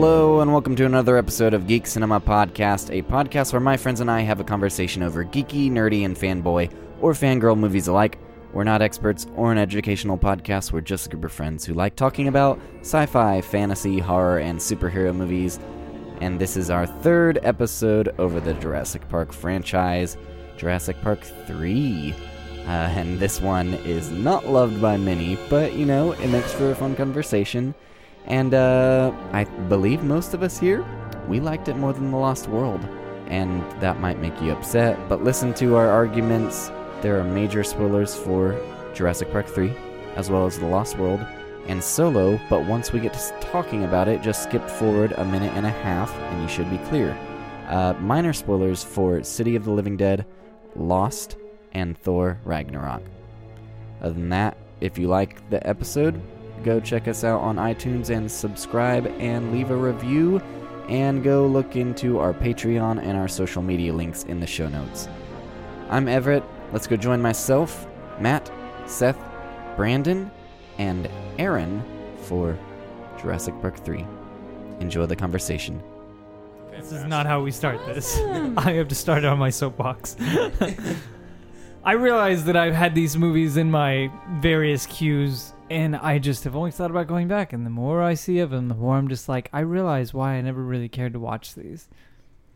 welcome to another episode of Geek Cinema Podcast, a podcast where my friends and I have a conversation over geeky, nerdy, and fanboy or fangirl movies alike. We're not experts or an educational podcast, we're just a group of friends who like talking about sci fi, fantasy, horror, and superhero movies. And this is our third episode over the Jurassic Park franchise, Jurassic Park 3. Uh, and this one is not loved by many, but you know, it makes for a fun conversation. And uh, I believe most of us here, we liked it more than The Lost World. And that might make you upset, but listen to our arguments. There are major spoilers for Jurassic Park 3, as well as The Lost World, and Solo, but once we get to s- talking about it, just skip forward a minute and a half and you should be clear. Uh, minor spoilers for City of the Living Dead, Lost, and Thor Ragnarok. Other than that, if you like the episode, go check us out on iTunes and subscribe and leave a review. And go look into our Patreon and our social media links in the show notes. I'm Everett. Let's go join myself, Matt, Seth, Brandon, and Aaron for Jurassic Park 3. Enjoy the conversation. This is not how we start this. I have to start on my soapbox. I realize that I've had these movies in my various queues, and I just have always thought about going back. And the more I see of them, the more I'm just like, I realize why I never really cared to watch these.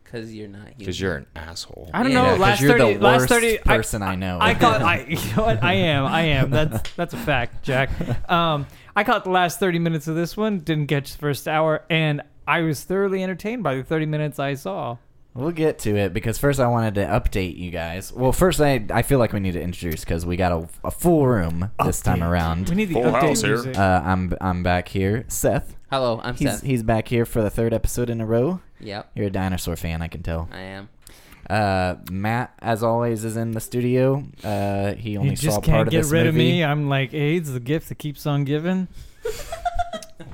Because you're not human. Because you're an asshole. I don't Yeah, know. 'cause Last you're the thirty, last worst thirty, person I know. I caught. I, you know what? I am. I am. That's that's a fact, Jack. Um, I caught the last thirty minutes of this one. Didn't catch the first hour, and I was thoroughly entertained by the thirty minutes I saw. We'll get to it because first I wanted to update you guys. Well, first I, I feel like we need to introduce because we got a, a full room this time We around. need the Full update house here. music. Uh, I'm I'm back here, Seth. Hello, I'm He's Seth. he's back here for the third episode in a row. Yep, You're a dinosaur fan, I can tell. I am. Uh, Matt, as always, is in the studio. Uh, he only you just saw can't part of get this rid of movie. me. I'm like AIDS, the gift that keeps on giving.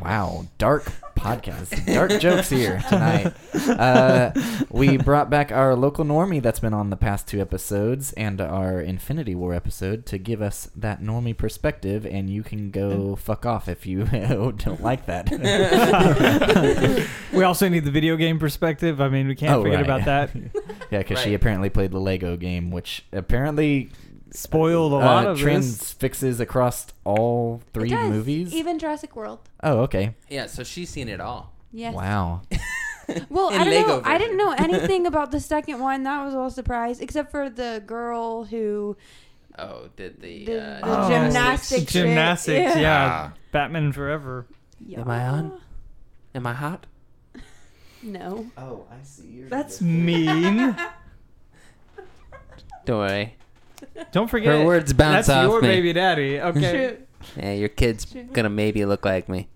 Wow, dark podcast, dark jokes here tonight. Uh, we brought back our local normie that's been on the past two episodes and our Infinity War episode to give us that normie perspective, and you can Mm. go fuck off if you don't like that. we also need the video game perspective. I mean, we can't Oh, forget right. about that. yeah, because she Right. apparently played the Lego game, which apparently Spoiled a lot uh, of this. transfixes across all three It does, movies. even Jurassic World. oh, okay. Yeah, so she's seen it all. Yes. Wow. Well, In I don't Lego know. I version. didn't know anything about the second one. That was all surprise, except for the girl who Oh, did the, the, uh, the Oh, gymnastics. trick. Gymnastics, yeah. Ah. Batman Forever. Yeah. Am I on? Am I hot? No. Oh, I see. That's mean. Don't worry. Don't forget. Her words bounce that's off your me. baby daddy. Okay. Yeah, your kid's Sure. gonna maybe look like me.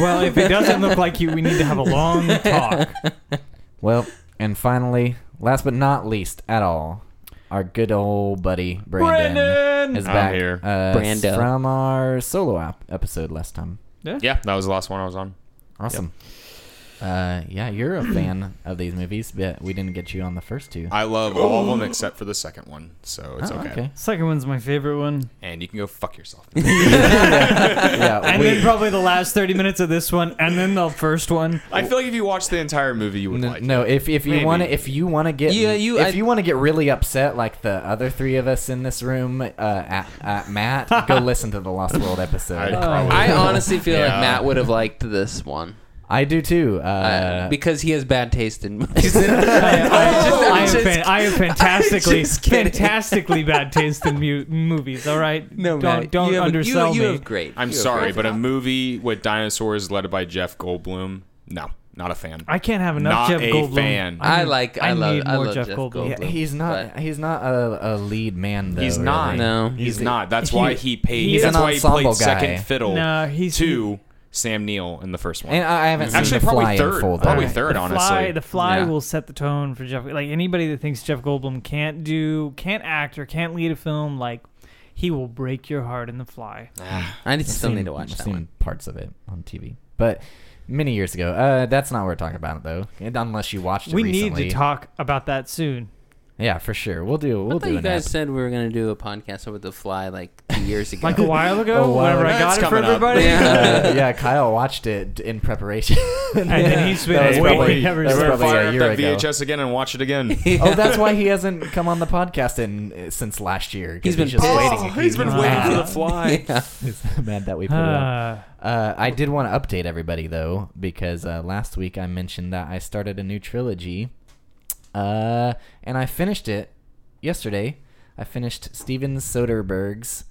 well, if it doesn't look like you, we need to have a long talk. Well, and finally, last but not least at all, our good old buddy Brandon, Brandon! is I'm back. here. Uh, Brando. from our solo app episode last time. Yeah, that was the last one I was on. Awesome. Uh, yeah, you're a fan of these movies, but we didn't get you on the first two. I love all of them except for the second one, so it's Oh, okay. Second one's my favorite one. And you can go fuck yourself. yeah, And we, then probably the last 30 minutes of this one, and then the first one. I feel like if you watch the entire movie, you would n- like. no, if if you Maybe. want to if you want to get Yeah, you- if I- you want to get really upset like the other three of us in this room, uh, at, at Matt, go listen to the Lost World episode. Uh, I'd probably- Oh, I honestly feel like Yeah. Matt would have liked this one I do too. uh, Uh, because he has bad taste in movies. I, I- just- I I'm am just fan- I am fantastically, I'm just kidding. fantastically bad taste in mu- movies. All right, no, don't Matt, don't you have, undersell you, you me. Have great. I'm you have sorry, great. but a movie with dinosaurs led by Jeff Goldblum, no, not a fan. I can't have enough Not Jeff a Goldblum. fan. I, need- like. I, I love. need I more love Jeff Jeff, Goldblum. Goldblum. Yeah, he's not. but- He's not a, a lead man though. He's not. really. no. he's He's- not. That's he- why he paid. he's that's an why he played ensemble guy. second fiddle No, he's to Sam Neill in the first one. And I I haven't seen Actually, the probably fly in third. full. Though. Probably Alright, third, the honestly. Fly, the Fly Yeah. will set the tone for Jeff. Like anybody that thinks Jeff Goldblum can't do, can't act, or can't lead a film, like he will break your heart in The Fly. I need, still Ah, I've need seen- to watch I've that seen one. parts of it on TV, but many years ago. Uh, that's not what we're talking about though. And Unless you watched it We need recently. to talk about that soon. Yeah, for sure. We'll do. We'll I thought do you an guys app. said we were gonna do a podcast over the fly like two years ago. Like a while ago, A while whenever I got ago. That's it for coming up. everybody. Yeah. Uh, yeah, Kyle watched it in preparation. And then he's been That was waiting probably- ever that was since. We're gonna probably a fire up year that ago. VHS again and watch it again. oh, that's why he hasn't come on the podcast in uh, since last year. 'cause He's been just pissed. waiting. Oh, he's been waiting for the fly. Yeah. He's mad that we put it up. Uh, Uh, I did want to update everybody though, because uh, last week I mentioned that I started a new trilogy, uh, and I finished it yesterday. I finished Steven Soderbergh's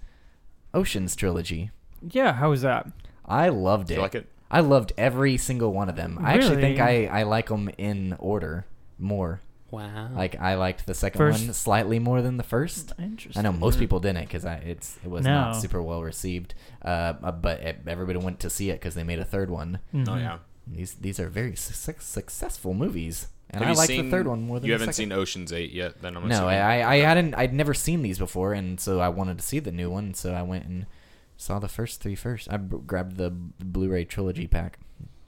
Ocean's trilogy. yeah, how was that? I loved Do it. you like it? I loved every single one of them. I actually think I, Really? I like them in order more. Wow. Like I liked the second Oh. First- one slightly more than the first. I Interesting. know most people didn't because it's it was not No. super well received. Uh, uh, but e- everybody went to see it because they made a third one. Mhm. Oh yeah. These these are very success, successful movies, and Have I you like the seen- third one more than you the haven't second. seen Ocean's Eight yet. Then I'm no, assuming. I I hadn't I'd never seen these before, and so I wanted to see the new one. So I went and saw the first three first. I b- grabbed the Blu-ray trilogy pack.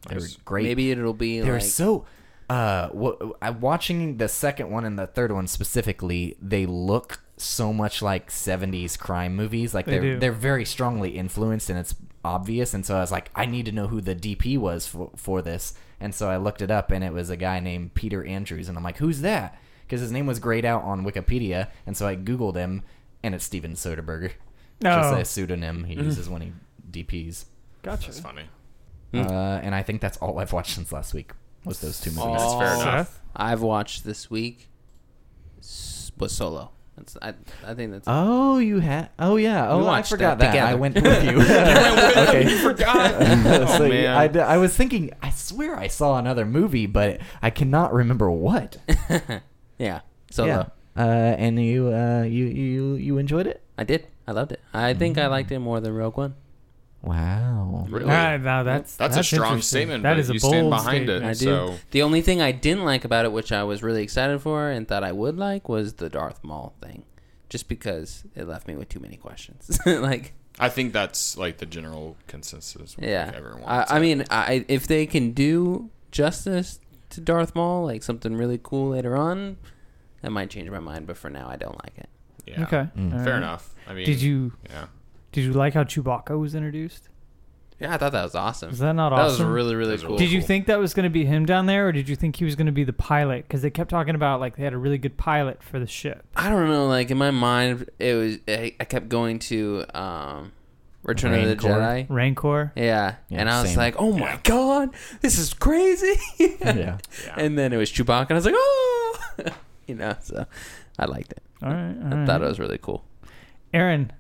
They were Nice. great. Maybe it'll be They were like so. Uh, w- I- watching the second one and the third one specifically, they look so much like '70s crime movies. Like They are do. they're very strongly influenced, and it's obvious. And so I was like, I need to know who the DP was for, for this. And so I looked it up, and it was a guy named Peter Andrews. And I'm like, who's that? Because his name was grayed out on Wikipedia, and so I googled him, and it's Steven Soderbergh. Just Oh. a pseudonym Mm-hmm. he uses when he DPs. Gotcha. That's funny. Hmm. Uh, and I think that's all I've watched since last week was those two movies. That's fair enough. Seth? I've watched this week s- was solo. That's I. I think that's. Oh, you had. Oh, yeah. Oh, I watched forgot that. that I together. went with you. you went with him. okay. You forgot. Oh, so man. I, d- I was thinking. I swear I saw another movie, but I cannot remember what. yeah. Solo. Uh, and you, uh, you, you, you enjoyed it. I did. I loved it. I think I liked it more than Rogue One. Wow. Really? Ah, now that's, That's, a strong statement. That but is a you bold stand behind statement. it. I do. So The only thing I didn't like about it, which I was really excited for and thought I would like, was the Darth Maul thing, just because it left me with too many questions. like, I think that's like the general consensus. with yeah, Everyone. I, I mean, I, if they can do justice to Darth Maul, like something really cool later on, that might change my mind. But for now, I don't like it. yeah. Okay. Mm. all Fair right. enough. I mean, Did you Yeah. did you like how Chewbacca was introduced? Yeah, I thought that was awesome. Is that not that awesome? was really really Those are cool. Did you cool. think that was going to be him down there, or did you think he was going to be the pilot? Because they kept talking about like they had a really good pilot for the ship. I don't know. Like in my mind, it was I, I kept going to um, Return of Rancor. the Jedi. Rancor. Yeah. Yeah, and I was same. like, oh my God, this is crazy. Yeah. And then it was Chewbacca, and I was like, oh, you know, so I liked it. All right. all I thought right. it was really cool. Aaron,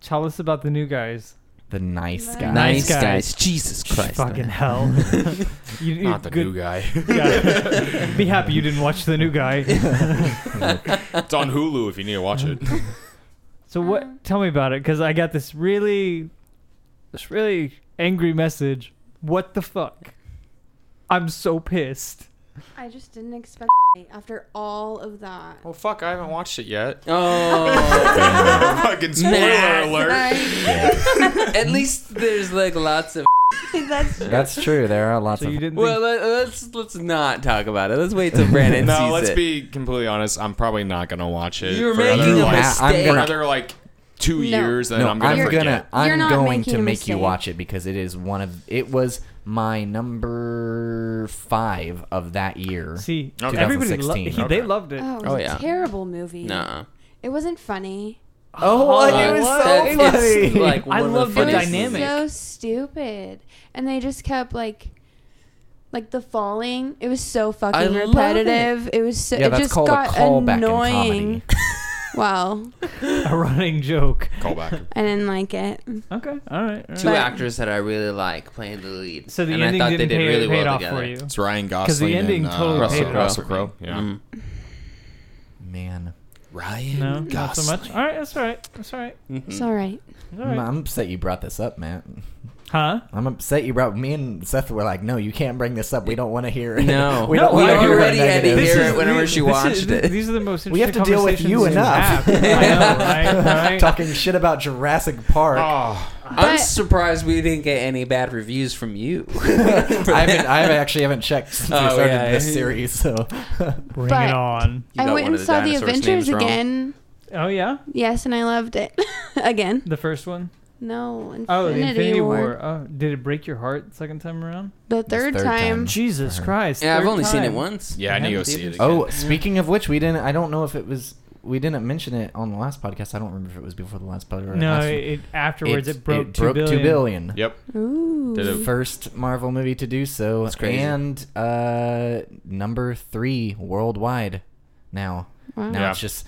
tell us about the new guys. The nice guy. Nice Nice, guys. guys. Jesus Christ. Fucking man. hell. you, you- Not the good- new guy. Yeah. Be happy you didn't watch the new guy. it's on Hulu if you need to watch it. So what? Tell me about it, because I got this really, this really angry message. What the fuck? I'm so pissed. I just didn't expect it after all of that. well, fuck! I haven't watched it yet. Oh, Fucking spoiler Nah. alert. at least there's like lots of. That's oh, That's true. There are lots So you of. didn't. Well, let, let's let's not talk about it. Let's wait till Brandon No, sees let's it. be completely honest. I'm probably not gonna watch it. You're for making another, a I'm like, mistake. for gonna- another like two No. years, and no, I'm gonna I'm forget. gonna, You're I'm not going making to a make you mistake. watch it because it is one of. It was my number five of that year. See, Okay. everybody lo- 2016. he, they Okay. loved it. oh, it was Oh, a yeah. terrible movie. Nah. It wasn't funny. Oh, Like, it was that so is, funny. like, I one of love the It was funniest dynamic. so stupid, and they just kept like, like the falling. It was so fucking I love it. repetitive. It. was so. yeah, it that's just called got a callback in annoying. comedy. wow, A running joke. Call back. I didn't like it. Okay, all right. all Two right. But- actors that I really like playing the lead. So the and ending I thought didn't they did pay, really paid well off together. for you. It's Ryan Gosling. Because the ending and, uh, totally Russell paid Crowe. off. Russell Crowe. Yeah. Mm. Man, Ryan No, not so Gosling. Mm-hmm. Mm. much. All right, that's all right. That's all right. It's all right. It's all right. I'm upset you brought this up, Matt. Huh? I'm upset you brought me and Seth were like, no, you can't bring this up. We don't want to hear it. No. we No, don't we want to hear already it. had to negative. hear it whenever this she is- watched it. These are the most interesting We have to deal with you conversations enough. you have. I know, right? right? Talking shit about Jurassic Park. Oh, I'm But- surprised we didn't get any bad reviews from you. I haven't. I actually haven't checked since we Oh, started yeah. this series. So Bring But- it on. You I got went one and of saw The dinosaurs' Adventures names wrong. again. Oh yeah, Yes, and I loved it. again. the first one. No, Infinity, Oh, the Infinity War. War. Oh, did it break your heart the second time around? The third, third time. time. Jesus Her. Christ! Yeah, I've third only seen it time. once. yeah, I need to go haven't see it. either. Again. Oh, speaking of which, we didn't. I don't know if it was. We didn't mention it on the last podcast. I don't remember if it was before the last podcast. Or No, last it, it- afterwards It's- it broke, it two billion. two billion. yep. Ooh. Did The it- first Marvel movie to do so, That's crazy. and uh, number three worldwide. Now, Wow. now Yeah. it's just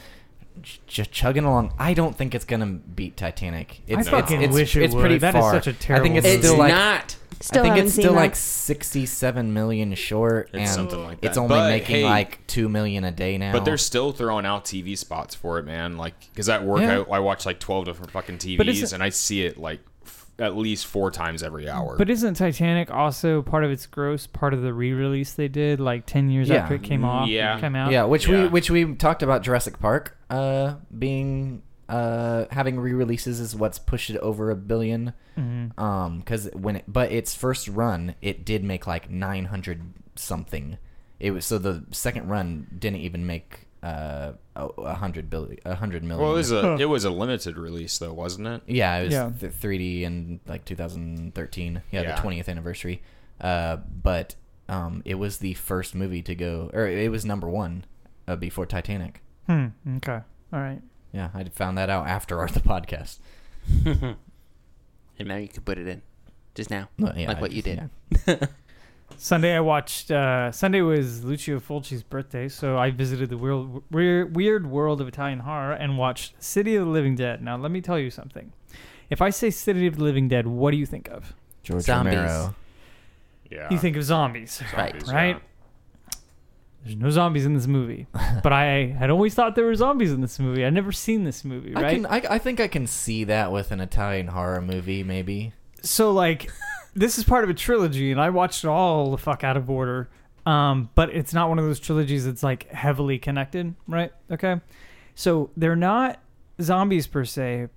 ch- just chugging along. I don't think it's gonna beat Titanic. It's, fucking it's, it's, wish it it's pretty would. That is far. such a I think terrible it's It's still like not. Still I think haven't it's seen still that. like 67 million short It's and something like it's that. only But, making hey- like 2 million a day now. But they're still throwing out TV spots for it, man. Like, because at work, Yeah. I, I watch like 12 different fucking But is TVs it- and I see it like f- at least four times every hour. But isn't Titanic also part of its gross part of the re-release they did like ten years Yeah. after it came Mm, off? yeah. came out. Yeah, which we Yeah. which we talked about Jurassic Park uh being uh having re-releases is what's pushed it over a 1000000000 Mhm. Um 'cause Um cuz when it, but its first run it did make like 900 something. It was so the second run didn't even make uh a a 100 billion a 100 million. well, it was, a, Huh. it was a limited release, though, wasn't it? Yeah, it was Yeah. Th- 3D in like 2013. Yeah, Yeah. the 20th anniversary. Uh, but um, it was the first movie to go, or it was number one uh, before Titanic. Hmm. Okay. All right. Yeah, I found that out after our the podcast. and now you can put it in. Just now. No, yeah, like I what you just- did. Sunday I watched. Uh, Sunday was Lucio Fulci's birthday, so I visited the world, weird, weird world of Italian horror and watched City of the Living Dead. Now let me tell you something. If I say City of the Living Dead, what do you think of? George Zombies. Romero. Yeah. Ah. You think of zombies, Right. right? There's no zombies in this movie, but I had always thought there were zombies in this movie. I'd never seen this movie, I right? can. I, I think I can see that with an Italian horror movie, maybe. so like this is part of a trilogy and i watched it all the fuck out of order um, but it's not one of those trilogies that's like heavily connected right okay so they're not zombies per se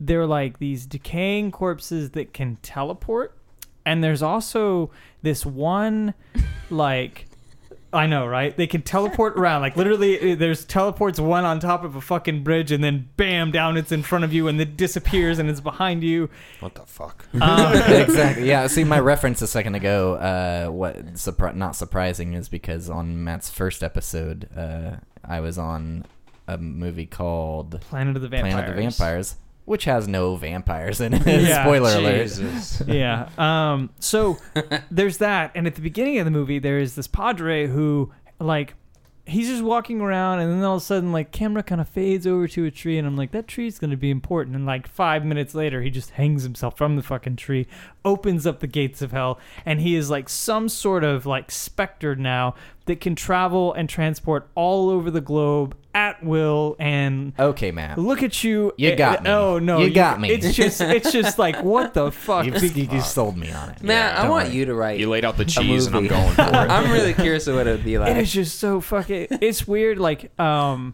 they're like these decaying corpses that can teleport and there's also this one like I know, right? They can teleport around. Like literally, uh, there's teleports one on top of a fucking bridge, and then bam, down it's in front of you, and it disappears, and it's behind you. Um, What the fuck? Um, exactly. Yeah. See, my reference a second ago, uh, what surpri- not surprising is because on Matt's first episode, uh, I was on a movie called Planet of the Vampires. Planet of the Vampires, which has no vampires in it. Yeah. Spoiler alert. Jesus. yeah. Um, so there's that, and at the beginning of the movie, there is this padre who, like, he's just walking around, and then all of a sudden, like, camera kind of fades over to a tree, and I'm like, that tree's gonna be important. And like five minutes later, he just hangs himself from the fucking tree, opens up the gates of hell, and he is like some sort of like specter now that can travel and transport all over the globe at will and Okay, Matt. Look at you! You Eh, got me. Oh no, You got me. It's just, it's just like what the fuck? You've, Be- you you sold me on it. Matt, I Don't want worry. you to write. You laid out the a cheese and I'm movie. going for it. I'm really curious of what it would be it like. is just so fucking. It's weird. Like, um,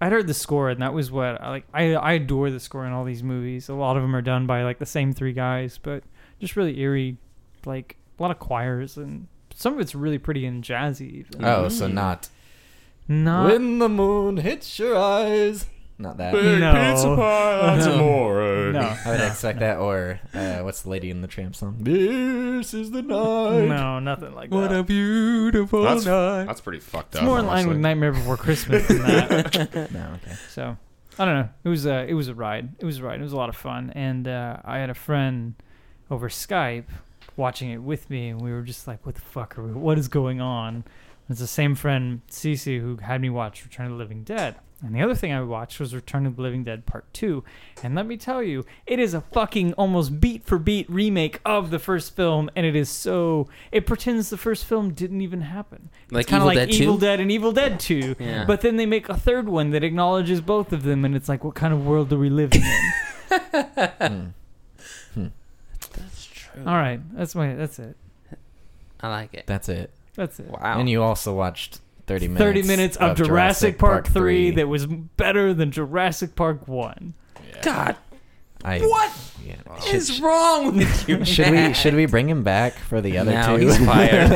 I heard the score, and that was what I like. I I adore the score in all these movies. A lot of them are done by like the same three guys, but just really eerie. Like a lot of choirs, and some of it's really pretty and jazzy. Even. Oh, so Mm. not Not when the moon hits your eyes. Not that. Big No. pizza pie on tomorrow. no. I would expect that, or uh, what's the Lady in the Tramp song? This is the night. No, nothing like that. beautiful That's, that's pretty fucked Oh, It's up. more in line with honestly. Nightmare Before Christmas than that. No, okay. So I don't know. It was a it was a ride. It was a ride. It was a lot of fun. And uh, I had a friend over Skype watching it with me, and we were just like, "What the fuck are we? What is going on?" It's the same friend Cece who had me watch Return of the Living Dead. And the other thing I watched was Return of the Living Dead Part 2. And let me tell you, it is a fucking almost beat for beat remake of the first film. And it is so. It pretends the first film didn't even happen. Like it's kind Evil of like Dead 2? Evil Dead and Evil Dead 2. Yeah. But then they make a third one that acknowledges both of them, and it's Mm, like, what kind of world do we live in? That's true. true. All right, that's my. That's it. I like it. That's it. That's it. Wow. And you also watched 30 minutes. Thirty minutes of, Jurassic, Park, three that was better than Jurassic Park one. God, I, what yeah. is wrong with you? Should we Matt? should we bring him back for the other No, two? he's fired.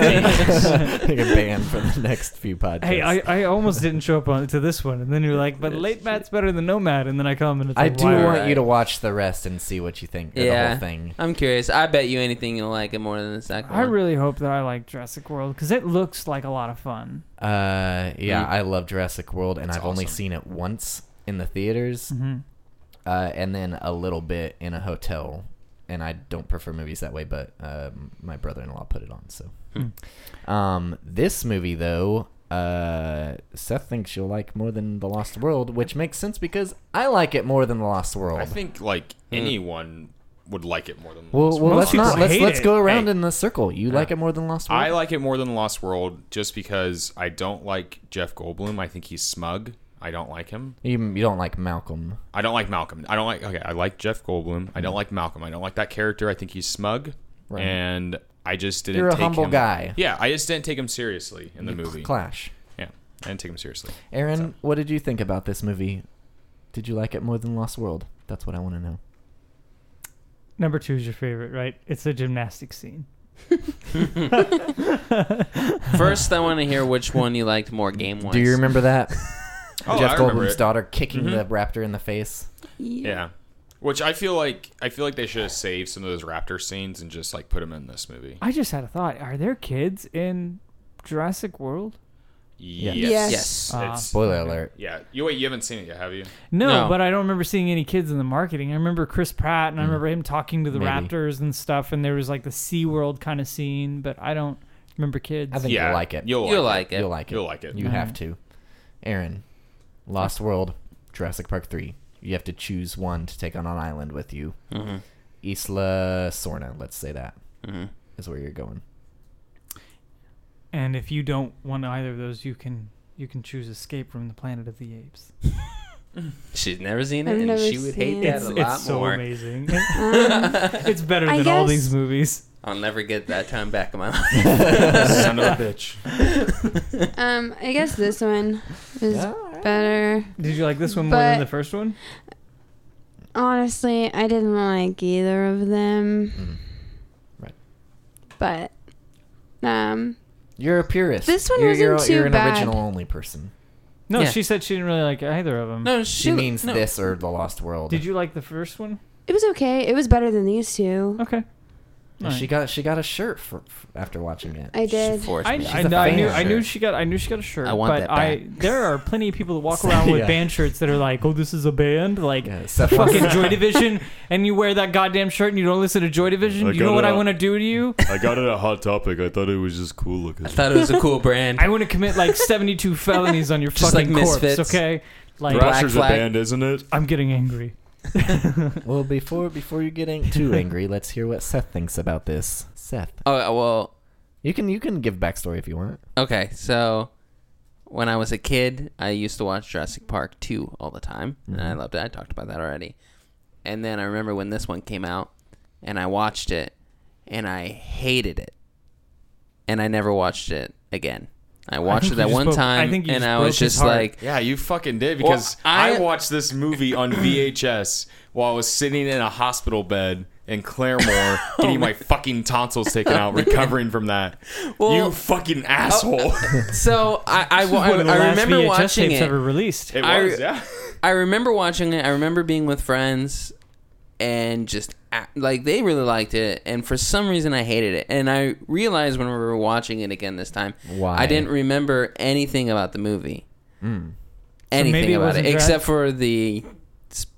Take a ban for the next few podcasts. Hey, I, I almost didn't show up on to this one, and then you're like, "But late Matt's better than no Matt," and then I come and it's I like, do why- want Right. you to watch the rest and see what you think of the Yeah. whole thing. I'm curious. I bet you anything you'll like it more than the second. I one. really hope that I like Jurassic World because it looks like a lot of fun. Uh, yeah, Mm. I love Jurassic World, and That's I've only awesome. seen it once in the theaters, Mhm. uh, and then a little bit in a hotel. And I don't prefer movies that way, but um, my brother-in-law put it on. So, um, this movie though, uh, Seth thinks you'll like more than The Lost World, which makes sense because I like it more than The Lost World. I think like anyone would like it more than the Well, Lost well World. Most let's not people let's hate let's it. go around Hey. in the circle. You like it more than Lost World? I like it more than The Lost World just because I don't like Jeff Goldblum. I think he's smug. I don't like him. you, you don't like Malcolm. I don't like Malcolm. I don't like. Okay, I like Jeff Goldblum. I don't like Malcolm. I don't like that character. I think he's smug, Mm-hmm. Right. and I just didn't. You're a take humble him- guy. Yeah, I just didn't take him seriously in the movie. Clash. Yeah, I didn't take him seriously. Aaron, So- what did you think about this movie? Did you like it more than Lost World? That's what I want to know. Number two is your favorite, right? It's the gymnastics scene. First, I want to hear which one you liked more game wise. Do you remember that? Oh, Jeff I remember Goldblum's it. daughter kicking the raptor in the face. Yeah, which I feel like I feel like they should have saved some of those raptor scenes and just like put them in this movie. I just had a thought. Are there kids in Jurassic World? Yes. Yes. Yes. Ah. It's- Spoiler alert. yeah. You wait. You haven't seen it yet, have you? No, No. but I don't remember seeing any kids in the marketing. I remember Chris Pratt and I remember him talking to the Maybe. Raptors and stuff, and there was like the SeaWorld kind of scene, but I don't remember kids. I think yeah. you'll like it. You'll, You'll like, like it. You'll like it. You'll like it. You have to. Aaron, Lost World, Jurassic Park 3. You have to choose one to take on an island with you. Mm-hmm. Isla Sorna, let's say that, Mhm. is where you're going. and if you don't want either of those, you can you can choose Escape from the Planet of the Apes. She's never seen it, I've and never she would hate seen that it. a it's lot it's so more. amazing. Um, it's better I than all these guess- movies. I'll never get that time back in my life. Son of a bitch. Um, I guess this one is Yeah, all right. better. Did you like this one more than But- the first one? Honestly, I didn't like either of them. Mm. Right. But um You're a purist. This one you're, you're, wasn't too You're an bad. original only person. No, Yeah. she said she didn't really like either of them. No, She, she, means no. this or The Lost World. Did you like the first one? it was okay. It was better than these two. Okay. And She got she got a shirt for, f after watching it. I did. She forced I, me. I, a know- I knew fan. I knew she got I knew she got a shirt. I want but that I back. there are plenty of people that walk around with Yeah. band shirts that are like, oh, this is a band, like Yeah, Seth fucking wants- Joy Division, and you wear that goddamn shirt and you don't listen to Joy Division. I you know got what it I on. want to do to you? I got it at Hot Topic. I thought it was just cool looking. I thought it was a cool brand. I want to commit like seventy two felonies on your Just fucking like corpse. Misfits. Okay, like Black Right. Thrasher's a Flag. band, isn't it? I'm getting angry. well, before before you get ang- too angry, let's hear what Seth thinks about this. Seth, oh well, you can you can give backstory if you want. Okay, so when I was a kid, I used to watch Jurassic Park 2 all the time, and Mm-hmm. I loved it. I talked about that already. And then I remember when this one came out, and I watched it, and I hated it. And I never watched it again. I watched think you it that just one broke- I time, think you and just I broke was his just heart. like, Yeah, you fucking did because Well, I, I- watched this movie on VHS while I was sitting in a hospital bed in Claremore Oh getting my fucking tonsils taken out, recovering from that. you Well- oh, fucking asshole. so I, I, I, One of the I last remember VHS watching tapes it. ever released. it I- was, yeah. I remember watching it. I remember being with friends, and just a- like they really liked it, and for some reason I hated it. And I realized when we were watching it again this time, Why? I didn't remember anything about the movie, Hmm. So anything maybe it about it wasn't Jurassic- except for the sp-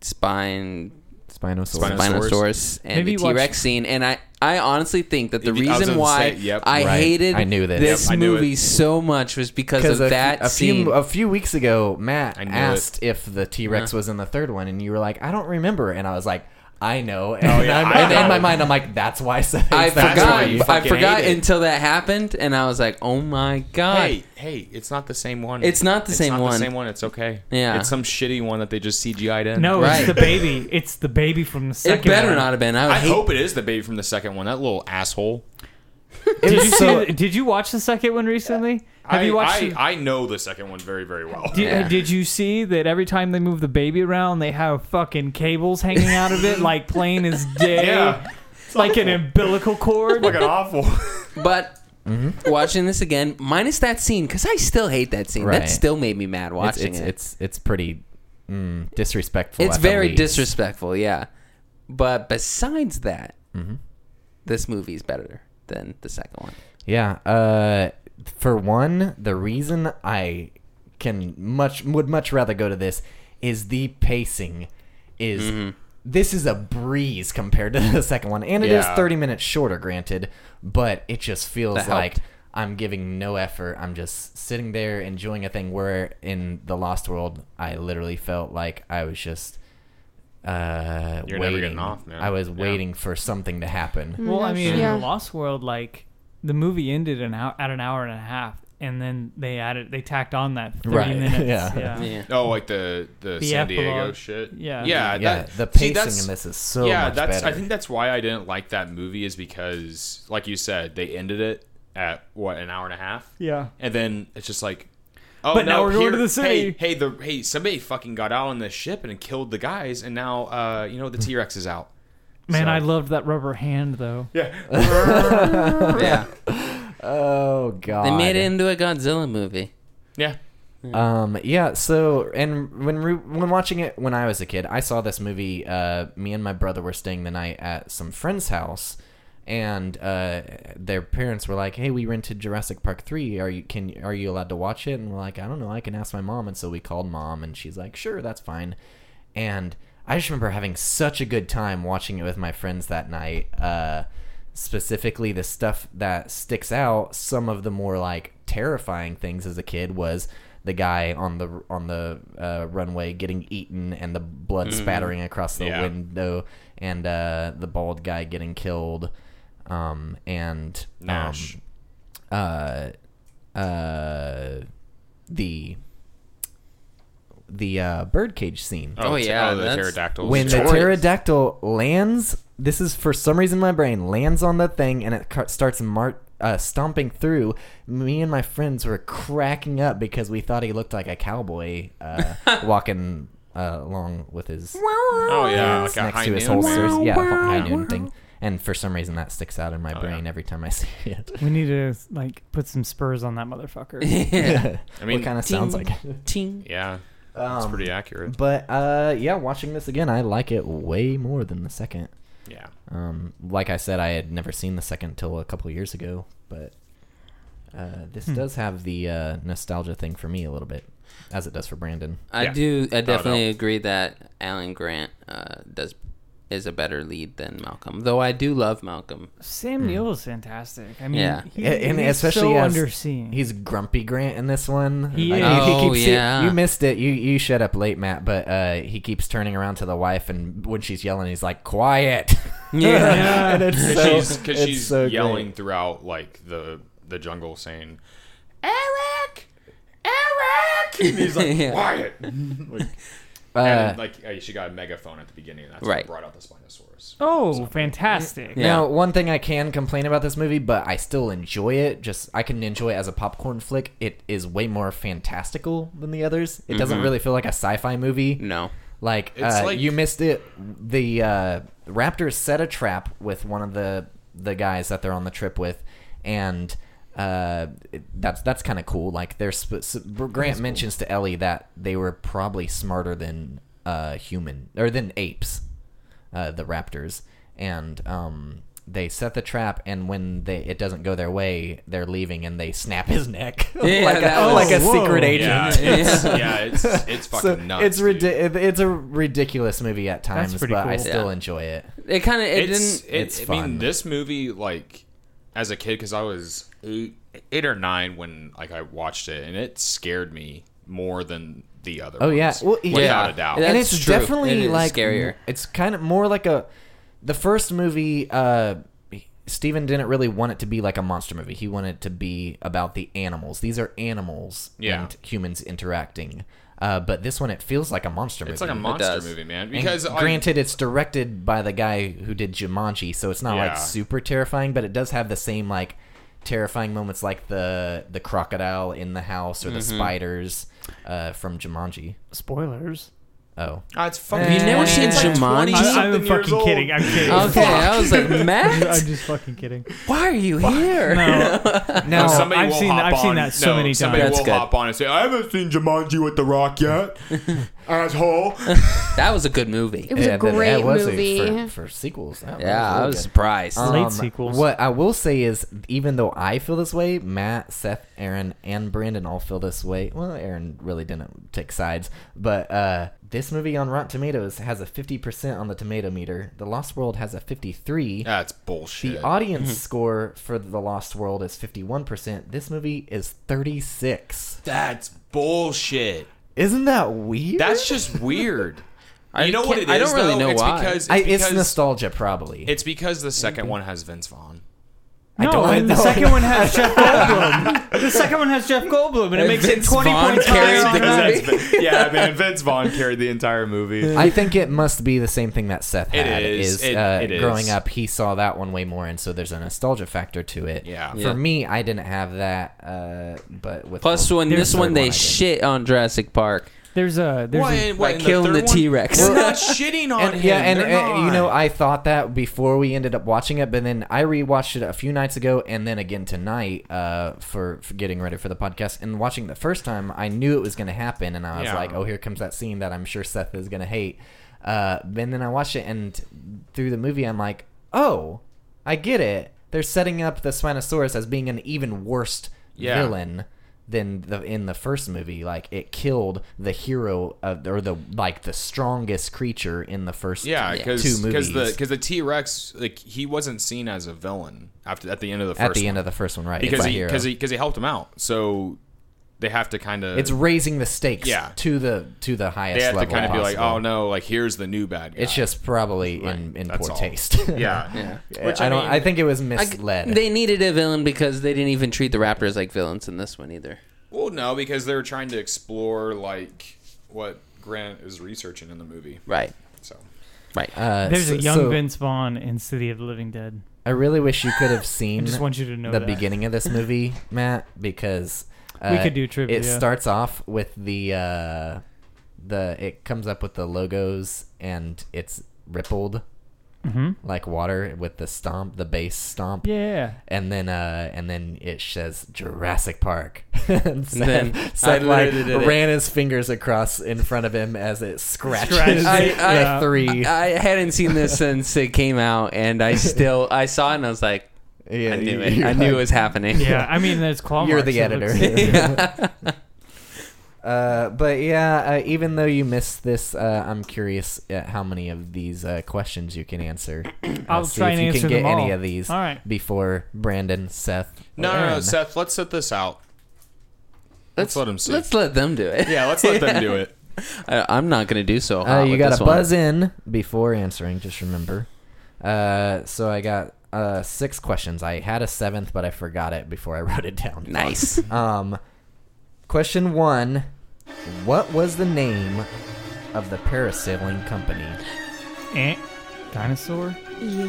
spine Spinosaurus. Spinosaurus. Spinosaurus and Maybe the you watched- T Rex scene. And I, I honestly think that the I was gonna reason why say, yep, I right. hated I knew this. Yep, I knew movie it. so much was because of Because a, that a scene. few a few weeks ago, Matt I knew asked if the T Rex was in the third one, and you were like, "I don't remember," and I was like, I know. And oh, yeah, I'm, I in my know. mind, I'm like, that's why I said I that's why you forgot. I fucking forgot hate it. until that happened, and I was like, "Oh my god!" Hey, hey, it's not the same one. It's not the same not one. The same one. It's okay. Yeah. it's some shitty one that they just CGI'd in. No, Right. it's the baby. It's the baby from the it second. better one. not have been. I, would I hate- hope it is the baby from the second one. That little asshole. Did you It's so- see, Did you watch the second one recently? Have I, you watched? I, the- I know the second one very very well. Did, Yeah. did you see that every time they move the baby around, they have fucking cables hanging out of it, like plain as day, Yeah. like an umbilical cord? Fucking awful. But Mm-hmm. watching this again, minus that scene, because I still hate that scene. That Right. still made me mad It's, watching it's, it. It's, it's, it's pretty mm, disrespectful. at the very least. disrespectful, yeah. But besides that, Mm-hmm. this movie's better than the second one. Yeah. Uh, for one, the reason I can much would much rather go to this is the pacing is Mm-hmm. this is a breeze compared to the second one, and it is Yeah. thirty minutes shorter, granted, but it just feels That like. helped. I'm giving no effort. I'm just sitting there enjoying a thing. Where in the Lost World, I literally felt like I was just uh, You're never waiting. getting off, man. I was Yeah. waiting for something to happen. Well, I mean, Oh Yeah. in the Lost World, like the movie ended an hour, at an hour and a half, and then they added, they tacked on that thirty Right, minutes. yeah. Yeah. Yeah. Oh, like the the, The San Diego epilogue. shit. Yeah. yeah, yeah, that- the see, pacing that's- in this is so much that's. better. I think that's why I didn't like that movie is because, like you said, they ended it at what an hour and a half. Yeah. and then it's just like, oh, But no, now we're going here- to the city. Hey, hey, the hey, somebody fucking got out on this ship and killed the guys, and now uh, you know the T Rex is out. Man, So- I loved that rubber hand though. yeah. Oh god. They made it into a Godzilla movie. Yeah, Um yeah, so and when re- when watching it when I was a kid, I saw this movie uh me and my brother were staying the night at some friend's house and uh their parents were like, "Hey, we rented Jurassic Park 3. Are you can are you allowed to watch it?" And we're like, "I don't know. I can ask my mom." And so we called mom and she's like, "Sure, that's fine." And I just remember having such a good time watching it with my friends that night. Uh specifically the stuff that sticks out some of the more like terrifying things as a kid was the guy on the on the uh, runway getting eaten and the blood spattering across the Mm-hmm. Yeah. window and uh, the bald guy getting killed um, and um, Nash. uh, uh, the the uh, birdcage scene Oh, t- yeah, oh, the that's- pterodactyls. when the Detroit. pterodactyl lands this is for some reason in my brain lands on the thing and it car- starts mar- uh, stomping through me and my friends were cracking up because we thought he looked like a cowboy uh, walking uh, along with his oh yeah, like hands a next high to his noon. holsters yeah high noon thing and for some reason that sticks out in Oh, my brain every time i see it We need to like put some spurs on that motherfucker. Hmm. Yeah. I mean, it kind of sounds like it. Ting. yeah, it's Um, pretty accurate. but uh, yeah watching this again i like it way more than the second Yeah, Um, like I said, I had never seen the second till a couple years ago, but uh, this Hmm. does have the uh, nostalgia thing for me a little bit, as it does for Brandon. I Yeah. do. I definitely no. agree that Alan Grant uh, does is a better lead than Malcolm. Though I do love Malcolm. Sam Neill is fantastic. I mean, Yeah. he- A- and he's especially so as underseen. he's grumpy Grant in this one. He Like, is. Oh, keeps- yeah. you missed it. You you shut up late, Matt. But uh, he keeps turning around to the wife, and when she's yelling, he's like, "Quiet." Yeah. and it's because so- she's, 'cause it's she's so great. yelling throughout like the the jungle, saying, "Eric, Eric," and he's like, Yeah. "Quiet." Uh, and then, like uh, she got a megaphone at the beginning, and that's Right. what brought out the Spinosaurus. oh, fantastic! Yeah. Now, one thing I can complain about this movie, but I still enjoy it. Just I can enjoy it as a popcorn flick. It is way more fantastical than the others. It doesn't really feel like a sci-fi movie. No. Like, It's uh, like- you missed it. The uh, Raptors set a trap with one of the the guys that they're on the trip with, and uh, it- that's that's kind of cool. Like, there's sp- s- Grant mentions to Ellie that they were probably smarter than uh, human or than apes, uh, the Raptors, and um, they set the trap. And when they it doesn't go their way, they're leaving, and they snap his neck Yeah, like a, that was- like a Whoa. secret agent. Yeah, it's, yeah, it's it's fucking So nuts. it's dude. ridi- it's a ridiculous movie at times, but pretty I cool. still Yeah. enjoy it. It kind of it It's didn't. it, it's I fun. mean, this movie like as a kid because I was eight eight or nine when like I watched it, and it scared me more than the other. Oh, yeah. ones, Well, without yeah. a doubt. That- and That's it's true. definitely It is like scarier. It's kind of more like a the first movie. Uh, Steven didn't really want it to be like a monster movie. He wanted it to be about the animals. These are animals Yeah. and humans interacting. Uh, but this one, it feels like a monster movie. It's like a monster does. movie, man. And Because I- granted, it's directed by the guy who did Jumanji, so it's not Yeah. like super terrifying, but it does have the same like terrifying moments, like the the crocodile in the house or the Mm-hmm. spiders uh, from Jumanji. Spoilers. Oh, Ah, it's fucking. Have you never it's seen like Jumanji? 20 I, something I'm years fucking old. kidding. I'm kidding. Okay, I was like, I'm Matt, just fucking kidding. why are you here? no, No, somebody I've will seen- hop I've seen on- that so no, many somebody times. will That's hop on and say, "I haven't seen Jumanji with the Rock yet, asshole." That was a good movie. It was Yeah, a that- that great was a- movie. for, for sequels. That Yeah, I really was good. Uh-huh. surprised. Late sequels. Um, What I will say is, even though I feel this way, Matt, Seth, Aaron, and Brandon all feel this way. Well, Aaron really didn't take sides, but uh, this movie on Rotten Tomatoes has a 50% on the tomato meter. The Lost World has a 53. That's the bullshit. Mm-hmm. audience score for The Lost World is 51%. This movie is 36. That's bullshit. Isn't that weird? That's just weird. I you know what it can't- is? I don't really though? know it's why. Because, it's, I, because it's nostalgia, probably. it's because the second one has Vince Vaughn. No, don't and the know. second one has Jeff Goldblum. The second one has Jeff Goldblum, and it makes it Vince 20 Vaughn points carried higher on the that. movie. yeah, man, Vince Vaughn carried the entire movie. I think it must be the same thing that Seth It had. is. Is, It- uh, it is. growing up, he saw that one way more, and so there's a nostalgia factor to it. Yeah. For Yeah. me, I didn't have that, uh, but with Plus, when There's this third one they one I did. shit on Jurassic Park There's a there's Why- a, why by in killing the third one- T Rex. They're not shitting on and, him. yeah, and They're uh, you not. know, I thought that before we ended up watching it, but then I rewatched it a few nights ago, and then again tonight uh, for, for getting ready for the podcast. And watching it the first time, I knew it was going to happen, and I was Yeah. like, "Oh, here comes that scene that I'm sure Seth is going to hate." Uh, and then I watched it, and through the movie, I'm like, "Oh, I get it. They're setting up the Spinosaurus as being an even worse Yeah. villain." than the in the first movie. Like it killed the hero of, or the like the strongest creature in the first Yeah, because two movies. the because the T Rex like he wasn't seen as a villain after at the end of the first at the one. end of the first one, right? because it's a he hero. because he because he helped him out. So they have to kind of it's raising the stakes Yeah. to the to the highest they have to level. kind of be like, possible. oh no, like here's the new bad guy. It's just probably in, in That's poor all. taste. yeah, Which I, I, don't. mean- I think it was I- misled. they needed a villain because they didn't even treat the Raptors like villains in this one either. Well, no, because they were trying to explore like what Grant is researching in the movie. Right. So Right. Uh, there's so- a young so Vince Vaughn in City of the Living Dead. I really wish you could have seen. just want you to know the that. beginning of this movie, Matt, because uh, could do trivia. It starts off with the uh, the it comes up with the logos and it's rippled Mhm. like water with the stomp, the bass stomp, Yeah. and then uh, and then it says Jurassic Park. and Seth, Then I Seth like literally did it. ran his fingers across in front of him as it scratches Scratches. the I- I- three. I hadn't seen this since it came out, and I still I saw it and I was like, yeah, I knew you- it. you're I knew it like- was happening. Yeah, I mean that's claw You're marks, the it looks- editor. Uh, but yeah, uh, even though you missed this, uh, I'm curious at how many of these uh, questions you can answer. Uh, I'll see try if and you answer can get them any all. of these All right. before Brandon, Seth. or no, no, no, Aaron. Seth, let's set this out. Let's, let him see. Let's let them do it. yeah, let's let them do it. I, I'm not gonna do so. Uh, hot you with got this to one. buzz in before answering. Just remember. Uh, so I got uh, six questions. I had a seventh, but I forgot it before I wrote it down. Nice. Um, question one: What was the name of the parasailing company? Eh, dinosaur. Yeah.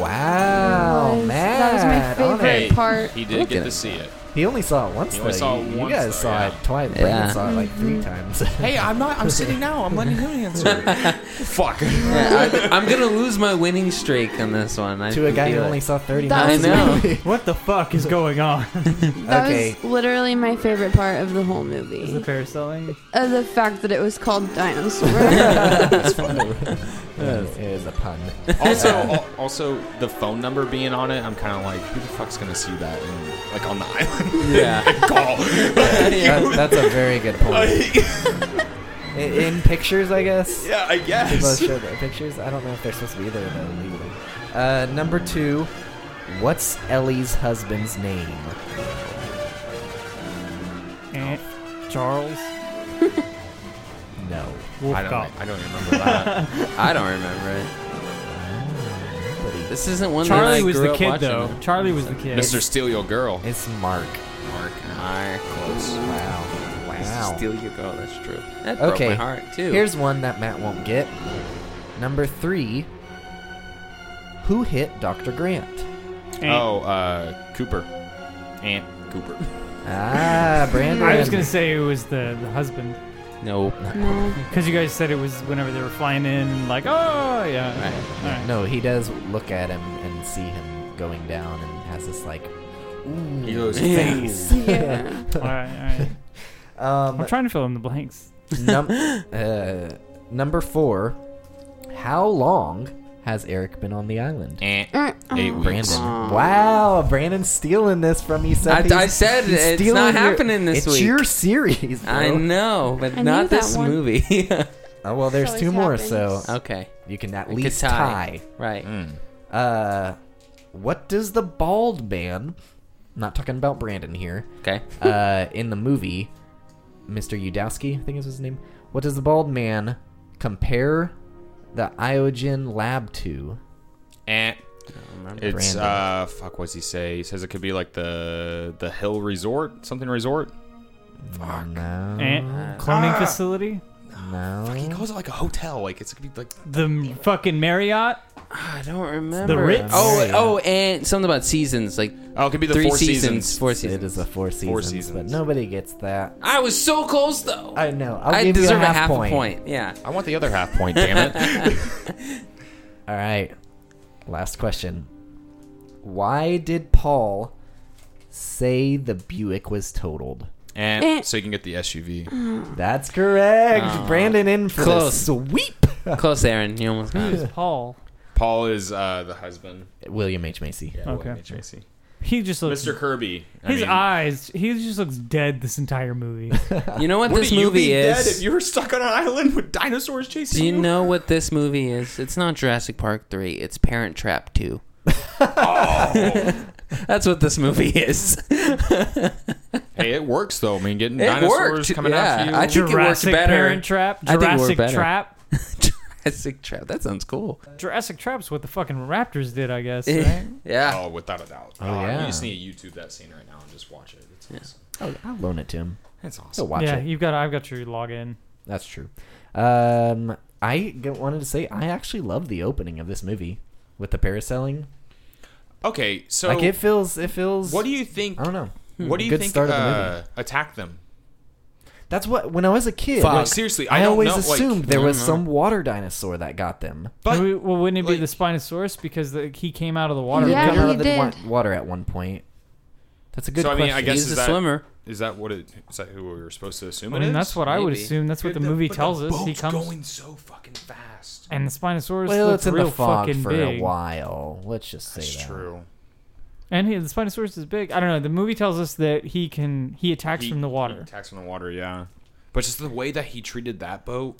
Wow, was- man, that was my favorite. Hey, part. he did Look get at to it. see it. He only saw it once. He only though. saw it you, once, you guys though, saw yeah. it twice. Yeah. Brandon saw it like three times. Hey, I'm not. I'm sitting now. I'm letting him answer. Fuck. Yeah, I, am gonna lose my winning streak on this one. I to a guy who feel it. only saw thirty. That I minutes. know. What the fuck is going on? That Okay. was literally my favorite part of the whole is the movie. parasailing? Uh, the fact that it was called Dinosaur. It is a pun. Also, al- also the phone number being on it, I'm kind of like, who the fuck's gonna see that? And like on the island, Yeah. call. That- that's a very good point. I- In, pictures, I guess. yeah, I They both guess. show their pictures. I don't know if they're supposed to be there though legally. Uh, number two, what's Ellie's husband's name? Eh, Charles. No. Wolf I don't. Cop. I don't even remember that. I don't remember it. This isn't one that Charlie I was grew the up kid watching. though. Charlie was the kid. Mr. Steal Your Girl. It's Mark. Mark, Mark, close. Wow. Wow. Steal your girl. That's true. That broke Okay. my heart too. Here's one that Matt won't get. Number three. Who hit Dr. Grant? Oh, uh, Cooper. Aunt Cooper. Ah, Brandon. I was gonna say it was the, the husband nope. No. because you guys said it was whenever they were flying in and like oh yeah. Right. All right. No, he does look at him and see him going down and has this like ooh He goes, face. Yeah. All right. All right. I'm Um, trying to fill in the blanks. num- uh, number four. How long has Eric been on the island? Eh. Aunt. Uh, Eight oh. weeks. Brandon. Aw. Wow, Brandon's stealing this from you. Seth. I- He's- I said he's it's stealing not your- happening this it's week. your series, bro. I know, but I knew not that this one. movie. Oh, well, there's It's two always more, happened. so okay. you can at We could least tie. tie. Right. Mm. Uh, what does the bald man? Not talking about Brandon here. Okay. uh, in the movie, Mr. Udowski, I think is his name. What does the bald man compare the Iogen lab to? Aunt. remember. It's Brandon. uh, fuck. What's he say? He says it could be like the the Hill Resort, something resort. Fuck. No, Ant- Uh, ah! cloning facility. no. He calls it like a hotel. Like it's gonna be like The m- fucking Marriott. I don't remember. Ritz? Oh, Yeah. oh, and something about seasons, like oh, it could be the three Four seasons, Seasons. four It seasons. is a four seasons, but seasons. nobody gets that. I was so close though. I know. I'll I give deserve you a half, a point. Yeah. I want the other half point. Damn it. All right. Last question. Why did Paul say the Buick was totaled? Eh. And so you can get the SUV. That's correct. Aw. Brandon in for Close. the sweep. Close, Aaron. You almost got it. Paul. Paul is uh, the husband. William H. Macy. Yeah, William Okay. H. Macy. He just looks. Mr. Kirby. I His mean, eyes. He just looks dead this entire movie. You know what Wouldn't this you movie be is? dead if you were stuck on an island with dinosaurs chasing Do you know what this movie is? It's not Jurassic Park 3, it's Parent Trap 2. Oh. That's what this movie is. Hey, it works though. I mean, getting It dinosaurs worked, coming yeah. after you. I think it worked Jurassic better. Parent Trap. I think it worked Jurassic better. Trap. Jurassic Trap. That sounds cool. Jurassic Trap's what the fucking Raptors did, I guess. Right? Yeah. oh, without a doubt. Oh, yeah. You just need to YouTube that scene right now and just watch it. It's awesome. Oh, I'll, I'll loan it to him. It's He'll awesome. watch yeah, it. you've got. I've got your login. That's true. Um, I g- wanted to say I actually love the opening of this movie with the parasailing. Okay, so like it feels, it feels. what do you think? I don't know. What do you Good think? start of the uh, Attacked them. That's what when I was a kid. Fuck. like, Seriously, I I, don't always know, like- assumed there I was don't some water dinosaur that got them. But well, well, wouldn't it be like- the Spinosaurus because the, he came out of the water? Yeah, Come out he of the did. wa- water at one point. That's a good So, I mean, I question. guess He's is a that- swimmer. is that what it? Is that who we were supposed to assume I it mean, is? that's what I would Maybe. assume. That's what the, But movie but tells the us. he boat's comes going so fucking fast. and the Spinosaurus well, looks it's in real the fog fucking for big. a while. Let's just say That's that. true. And he, the Spinosaurus is big. I don't know. The movie tells us that he can he attacks He- from the he water. Attacks from the water, yeah. But just the way that he treated that boat,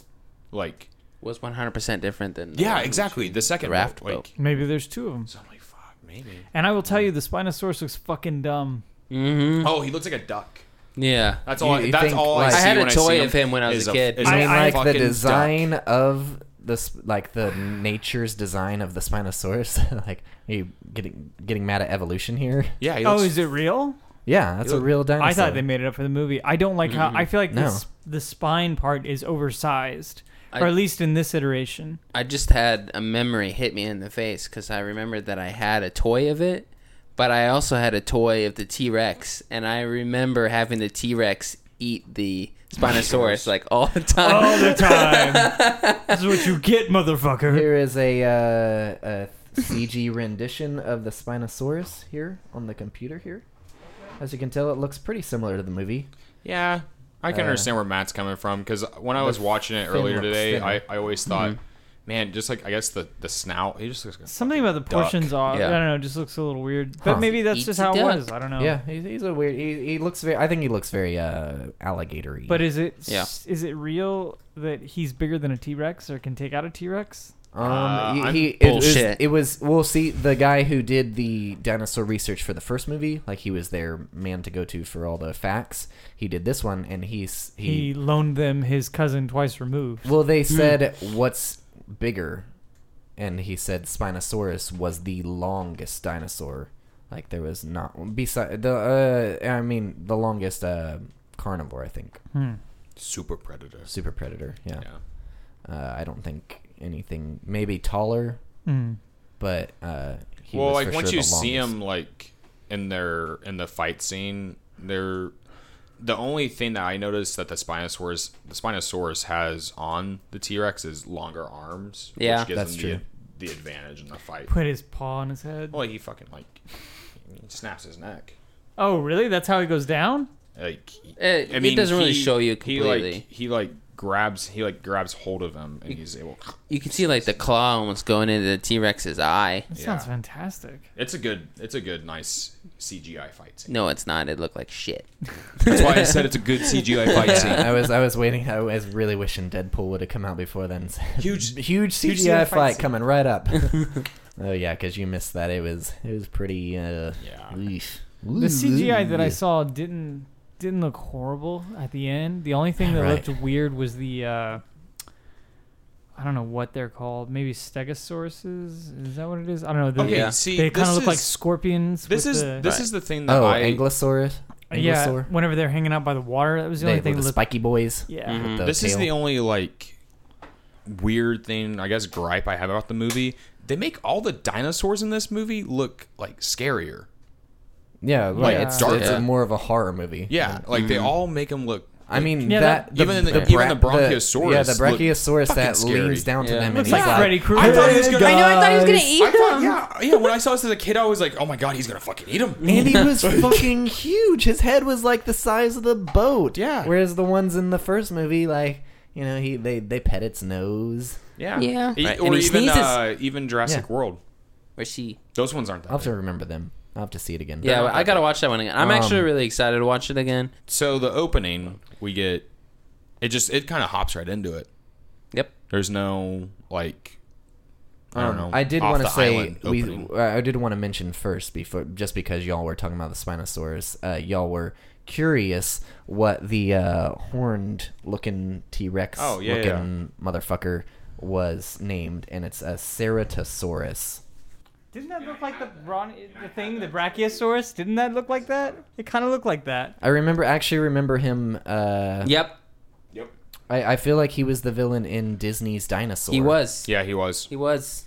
like Was 100% different than. um, yeah, exactly. The second raft boat, boat. like Maybe there's two of them. so I'm like, fuck, maybe. And I will tell you, the Spinosaurus looks fucking dumb. Mm-hmm. Oh, he looks like a duck. Yeah. That's You- all. I you that's think, all I, like- see I had a when toy see of him when I was is a kid. is I mean, like, the like fucking the duck. design of the sp- like the nature's design of the spinosaurus. like, are you getting getting mad at evolution here? Yeah. He Oh, looks, is it real? Yeah, that's a look- real dinosaur. I thought they made it up for the movie. I don't like how I feel like No. this, the spine part is oversized, I- or at least in this iteration. I just had a memory hit me in the face because I remembered that I had a toy of it, but I also had a toy of the T Rex, and I remember having the T Rex eat the Spinosaurus like all the time. All the time. this is what you get, motherfucker. Here is a, uh, a CG rendition of the Spinosaurus here on the computer here. As you can tell, it looks pretty similar to the movie. Yeah, I can Uh, understand where Matt's coming from because when I was watching it fin earlier looks today, thinner. Mm-hmm. I, I always thought, man, just like I guess the the snout, he just looks like a Something about the portions off. Yeah. I don't know. Just looks a little weird. But Huh. maybe that's Eats just a how it duck. was. I don't know. Yeah, he's, he's a weird. He, he looks very. I think he looks very uh, alligatory. But is it s- Yeah. is it real that he's bigger than a T Rex or can take out a T Rex? Um, Uh, he- I'm- he, it, was, Bullshit. it was well. See, the guy who did the dinosaur research for the first movie, like he was their man to go to for all the facts. He did this one, and he's He he. loaned them his cousin twice removed. well, they said what's bigger, and he said Spinosaurus was the longest dinosaur. Like there was not beside the. Uh, I mean, the longest uh, carnivore. I think Hmm. Super predator. super predator. Yeah. Yeah. Uh, I don't think anything. Maybe taller, Mm. but uh, he well, was like for once sure you the see longest. them like in their in the fight scene, they're the only thing that I noticed that the Spinosaurus the Spinosaurus has on the T Rex is longer arms. Yeah. which gives That's him true. The, the advantage in the fight. Put his paw on his head. Well, he fucking like he snaps his neck. Oh, really? That's how he goes down? Like he- Eh, it doesn't really show you He like completely. he like grabs he like grabs hold of him and he's able. You can see like the claw almost going into the T Rex's eye. That Yeah. sounds fantastic. It's a good it's a good nice CGI fight scene. No, it's not. It looked like shit. That's why I said it's a good CGI fight scene. I was I was waiting. I was really wishing Deadpool would have come out before then. Huge- huge CGI CGI fight fight, scene. coming right up. oh yeah, because you missed that. It was it was pretty. Uh, Yeah. oof. The CGI that I saw didn't didn't look horrible at the end. The only thing that Right. looked weird was the uh, I don't know what they're called. Maybe stegosauruses. Is that what it is? I don't know. The, Okay, Yeah. see, They kind this of look like is- scorpions. This with is the, this is the thing that Oh, I Anglosaurus. yeah. Anglosaur? Whenever they're hanging out by the water, that was the They only were thing. the that looked, spiky boys. yeah. Mhm. with Mm, this is tail. the only like weird thing I guess gripe I have about the movie. They make all the dinosaurs in this movie look like scarier. yeah. Right. like, it's dark- it's yeah. more of a horror movie. Yeah, like they all make them look. I mean Yeah, that, that- the, Even in the- bra- even the Brachiosaurus yeah, the look brachiosaurus fucking that scary. leans down to Yeah. them and Looks he's like, like, Freddy Krueger. thought he was gonna- I know. I thought he was gonna Guys. eat I thought, him. yeah, yeah. When I saw this as a kid, I was like, "Oh my god, he's gonna fucking eat him." And he was fucking huge. His head was like the size of the boat. Yeah. Whereas the ones in the first movie, like you know, he they they pet its nose. Yeah, Yeah. E- Right, Or and he even sneezes. uh, even Jurassic Yeah. World. Where she? Those ones aren't that. I'll have big. to remember them. I'll have to see it again. Yeah, not I that gotta bad. watch that one again. Um, I'm actually really excited to watch it again. So the opening, we get it. Just it kind of hops right into it. Yep. There's no like. I don't Um, know. I did off want to the say island we. uh, opening. I did want to mention first before, just because y'all were talking about the Spinosaurus, uh, y'all were curious what the uh, horned-looking T Rex Oh, yeah, yeah. looking motherfucker was named, and it's a Ceratosaurus. Didn't that look like the Ron, the thing, the Brachiosaurus? Didn't that look like that? It kind of looked like that. I remember actually remember him. Uh, Yep. I, I feel like he was the villain in Disney's Dinosaur. He was. Yeah, he was. He was.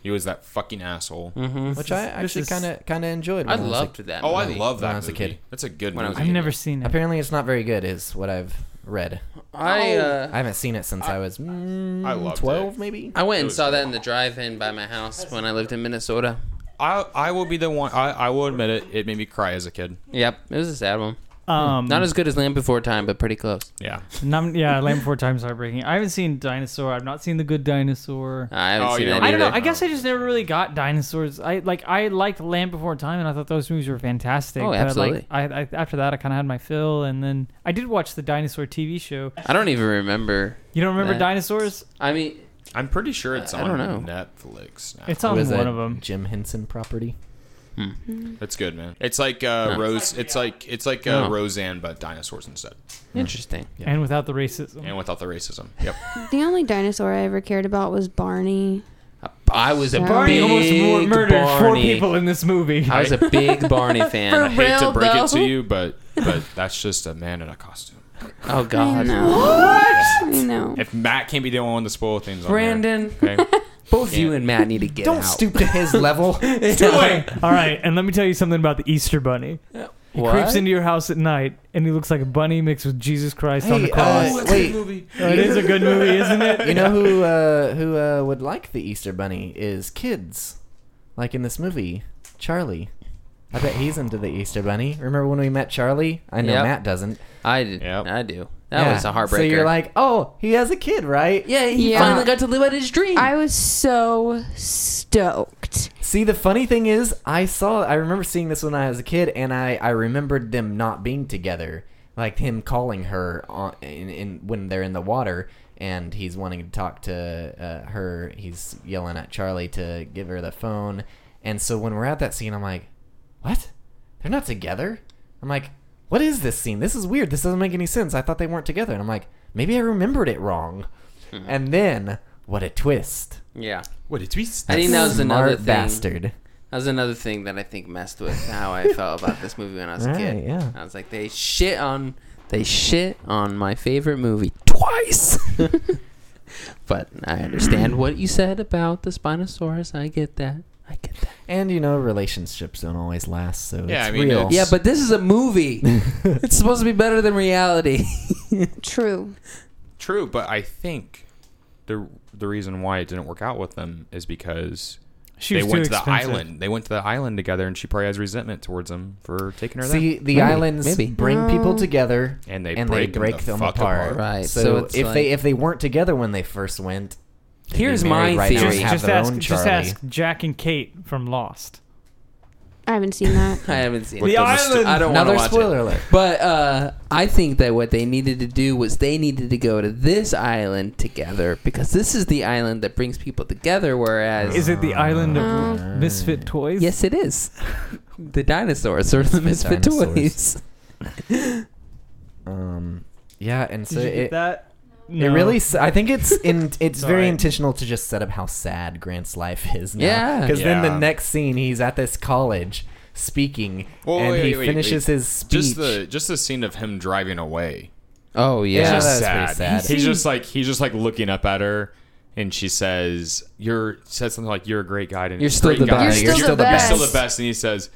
He was that fucking Mm. asshole. which I actually is- kind of kind of enjoyed. I when was a loved that. Oh, I movie. love that when I was a movie. kid. That's a good When I was movie. a I've never seen it. Apparently, it's not very good, is what I've read. Oh. I uh, I haven't seen it since I, was mm, I loved twelve, it. maybe. I went It and was saw good. that in the drive-in by my house when I lived in Minnesota. I I will be the one. I, I will admit it. It made me cry as a kid. Yep, it was a sad one. Um, Hmm. Not as good as Land Before Time, but pretty close. Yeah. Num- yeah, Land Four Times Heartbreaking. I haven't seen Dinosaur. I've not seen The Good Dinosaur. I haven't Oh, seen yeah. that I don't know. either. I guess I just never really got dinosaurs. I like I liked Land Before Time, and I thought those movies were fantastic. Oh, but, absolutely. Like, I, I, after that, I kind of had my fill, and then I did watch the dinosaur TV show. I don't even remember. You don't remember Nah. dinosaurs? I mean, I'm pretty sure it's I on don't Netflix. Now. It's on What is one that, of them. Jim Henson property. That's good, man. It's like uh, No. Rose. It's like it's like uh, No. Roseanne, but dinosaurs instead, interesting. And without the racism, and without the racism. Yep. The only dinosaur I ever cared about was Barney. I was a Barney Barney big almost mu- murdered four Barney. people in this movie. I was a big Barney I fan. For hate to real, break it to though? you, but but that's just a man in a costume. Oh I God, know. What? I know. If Matt can't be the only one to spoil things, Brandon, on here, okay. both you and Matt need to get Don't out. stoop to his level. All right, and let me tell you something about the Easter Bunny. He What? creeps into your house at night, and he looks like a bunny mixed with Jesus Christ on Hey, the cross. uh, wait, it is a good movie, isn't it? you know who uh, who uh, would like the Easter Bunny is kids, like in this movie, Charlie. I bet he's into the Easter Bunny. Remember when we met Charlie? I know Yep. Matt doesn't. I did. Yep. I do. That Yeah. was a heartbreaker. So you're like, oh, he has a kid, right? yeah, he Yeah. finally got to live out his dream. I was so stoked. See, the funny thing is, I saw, I remember seeing this when I was a kid, and I, I remembered them not being together, like him calling her on, in, in when they're in the water, and he's wanting to talk to uh, her. He's yelling at Charlie to give her the phone. And so when we're at that scene, I'm like, what? They're not together? I'm like, what is this scene? This is weird. This doesn't make any sense. I thought they weren't together. And I'm like, maybe I remembered it wrong. Hmm. and then, what a twist. Yeah. What did we? s- I think that was Smart another thing. bastard. That was another thing that I think messed with how I felt about this movie when I was a Right, kid. yeah. I was like, they shit on they shit on my favorite movie twice. but I understand what you said about the Spinosaurus. I get that. I get that. And, you know, relationships don't always last, so Yeah, it's I mean, real. it's- Yeah, but this is a movie. it's supposed to be better than reality. True. True, but I think the the reason why it didn't work out with them is because She they was too went to the expensive. island. They went to the island together, and she probably has resentment towards him for taking her See, the Maybe, islands maybe. bring people No. together, And they break 'em the fuck apart. Right, So, so it's if like- they if they weren't together when they first went, they'd be Here's married my right now and theory. Just, have just their ask, own just Charlie. ask Jack and Kate from Lost. I haven't seen that. I haven't seen What it. The does it st- island! I don't want to Another watch spoiler it. alert. But uh, I think that what they needed to do was they needed to go to this island together because this is the island that brings people together. Whereas, Is it the island of Oh. misfit toys? yes, it is. The dinosaurs are the misfit Dinosaurs. toys. Um, yeah, and Did so you get it that? it really s- I think it's in it's very Sorry. intentional to just set up how sad Grant's life is now. Yeah. because then the Yeah. next scene he's at this college speaking, Well, and wait, he wait, wait, finishes wait. his speech. Just the just the scene of him driving away. Oh Yeah, yeah, that was sad. pretty sad. He's just like he's just like looking up at her, and she says, "You're says something like you're a great guy, and You're still great the guy. best. You're still the You're best." still the best." And he says,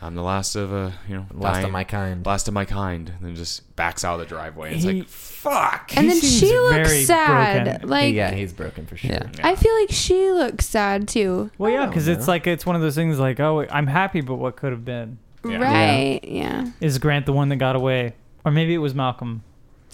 "I'm the last of a you know Last of dying- my kind. last of my kind." And then just backs out of the driveway. And it's He- like fuck. and He then seems she looks very sad. broken. Like yeah, he's broken for sure. Yeah. I feel like she looks sad too. Well, yeah, don't because it's know. like it's one of those things like, oh, I'm happy, but what could have been? Yeah. Right? Yeah. Is Grant the one that got away, or maybe it was Malcolm?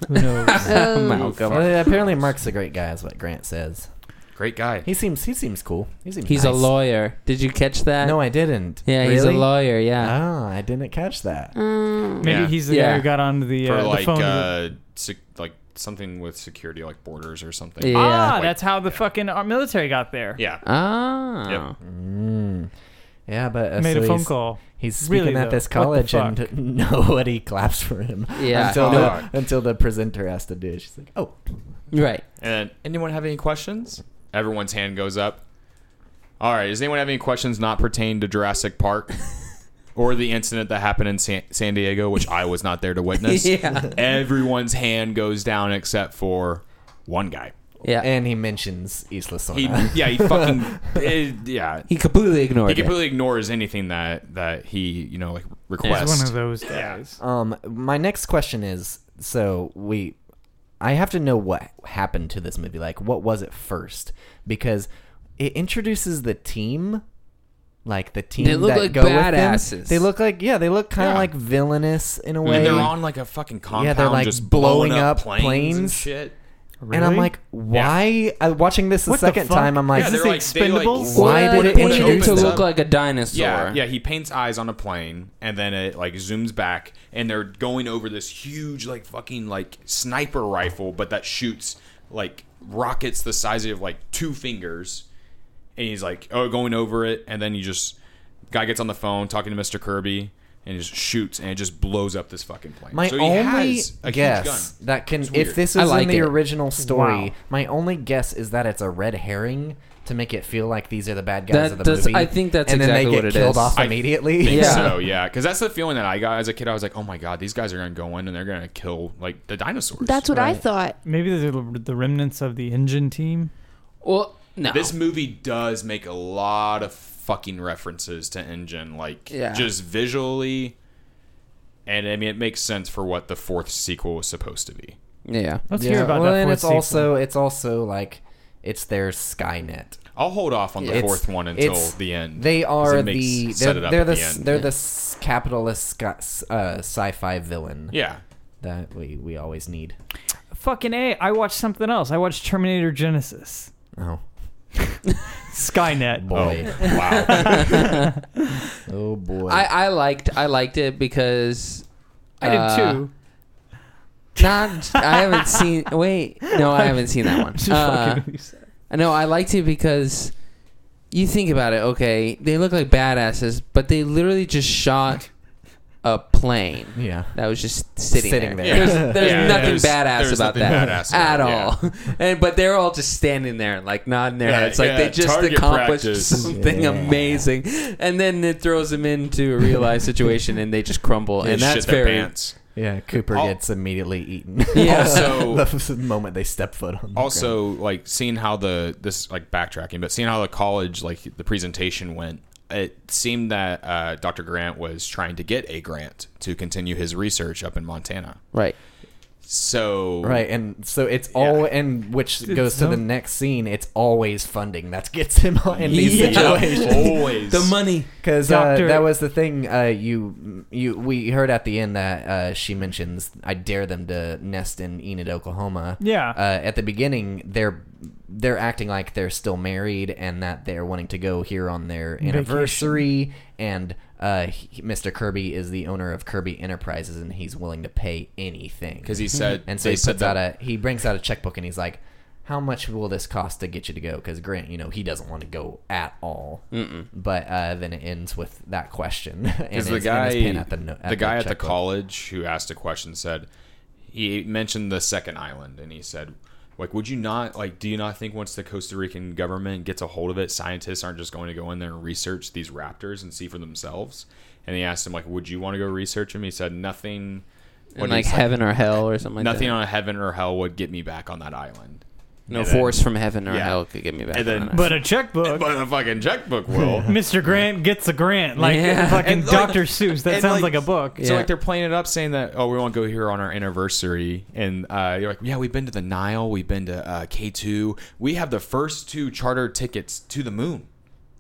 Who knows? Oh. Malcolm. Well, apparently, Mark's a great guy, is what Grant says. Great guy. He seems he seems cool. He seems He's a nice. lawyer. Did you catch that? No, I didn't. yeah, he's a Really? lawyer. Yeah, Oh, I didn't catch that. Um, Maybe Yeah. he's the guy Yeah. who got on the, for uh, the like phone. uh sec- like something with security like borders or something. Yeah. ah, like- that's how the fucking our military got there. Yeah. ah, Yep. Mm. Yeah, but uh, Made so a phone he's- call. He's Really, speaking at though, this what the college, fuck? and nobody claps for him. Yeah. until Fuck. the, until the presenter has to do it. She's like, "Oh, right. And anyone have any questions? Everyone's hand goes up. All right. Does anyone have any questions not pertaining to Jurassic Park or the incident that happened in San, San Diego, which I was not there to witness? Yeah. Everyone's hand goes down except for one guy. Yeah, and he mentions Isla Sorna. He, yeah, he fucking, eh, yeah. he completely ignored He it. completely ignores anything that that he you know like He's requests. one of those guys. Um, my next question is: so we, I have to know what happened to this movie. Like, what was it first? Because it introduces the team, like the team They look that like go with them. badasses. They look like yeah, they look kind of Yeah. like villainous in a way. And they're on like a fucking compound, Yeah, they're, like, just blowing blowing up up planes, and planes. shit. And I'm Really? like, why? Uh, watching this the What the second fuck? time, I'm like, yeah, they're the like, they, like, Expendables? Why Well, did it they painted open to it look up? like a dinosaur? Yeah, yeah. He paints eyes on a plane, and then it like zooms back, and they're going over this huge like fucking like sniper rifle, but that shoots like rockets the size of like two fingers. And he's like, oh, going over it, and then you just guy gets on the phone talking to Mr. Kirby, and just shoots, and it just blows up this fucking plane. My so he only has a guess huge gun. that can, It's if weird. this I is like in the it. original story, Wow. my only guess is that it's a red herring to make it feel like these are the bad guys That of the does- movie. I think that's and then exactly they get what it killed is. off I immediately. think Yeah. so, yeah, because that's the feeling that I got as a kid. I was like, oh my god, these guys are gonna go in and they're gonna kill like the dinosaurs. that's what I thought. Maybe they're the, the remnants of the engine team. Well, no. This movie does make a lot of fucking references to Engine, like Yeah. just visually, and I mean it makes sense for what the fourth sequel was supposed to be. yeah. Let's Yeah. hear about well, that. and fourth it's sequel. also it's also like it's their Skynet. I'll hold off on the It's- fourth one until it's- the end. They 'cause are it makes- the set they're, it up they're at the, the s- end. they're the s- capitalist sky, s- uh, sci-fi villain yeah. that we we always need. fucking a. I watched something else. I watched Terminator Genesis. Oh Oh. Skynet. boy, Wow. oh, boy. I, I liked I liked it because I did uh, too. Not, I haven't seen. Wait, no, I haven't seen that one. Just Uh, fucking with you. I know I liked it because you think about it, okay, they look like badasses, but they literally just shot a plane Yeah. that was just sitting, Sitting there. there. There's, there's Yeah, nothing there's- badass there's about nothing that badass at about it, all. And but they're all just standing there, like nodding their Yeah, heads, like they yeah, just target accomplished practice. something Yeah. amazing. And then it throws them into a real life situation, and they just crumble. They and that's shit their very pants. Yeah, Cooper Al- gets immediately eaten. Yeah. Also- the moment they step foot on. The ground. also like seeing how the this like backtracking but seeing how the college like the presentation went it seemed that uh, dr grant was trying to get a grant to continue his research up in montana right. so right, and so it's Yeah. all, and which goes to so- the next scene. It's always funding that gets him in these Yeah. situations. always The money. Because uh, Doctor- that was the thing uh, you you we heard at the end that uh, she mentions I dare them to nest in Enid, Oklahoma. Yeah. Uh, at the beginning, they're they're acting like they're still married and that they're wanting to go here on their anniversary. And uh, he- Mr. Kirby is the owner of Kirby Enterprises and he's willing to pay anything. because he said and so they he said puts out that a he brings out a checkbook and he's like. How much will this cost to get you to go? Because Grant, you know, he doesn't want to go at all but uh, then it ends with that question. and because the his- and guy his pin at the, no- the guy at the checkbook. college who asked a question said he mentioned the second island and he said like would you not like do you not think once the costa rican government gets a hold of it scientists aren't just going to go in there and research these raptors and see for themselves and he asked him like would you want to go research them he said nothing And did he like say? heaven or hell or something like nothing that. on heaven or hell would get me back on that island no and then- force from heaven or Yeah. hell could get me back. And then- on that. but a checkbook. but a fucking checkbook will Mr. Grant gets a grant, like Yeah. fucking And, like- Dr. Seuss. That and, sounds like, like, a book. Yeah. So like they're playing it up, saying that oh we won't go here on our anniversary, and uh, you're like yeah we've been to the Nile, we've been to uh, K two, we have the first two charter tickets to the moon.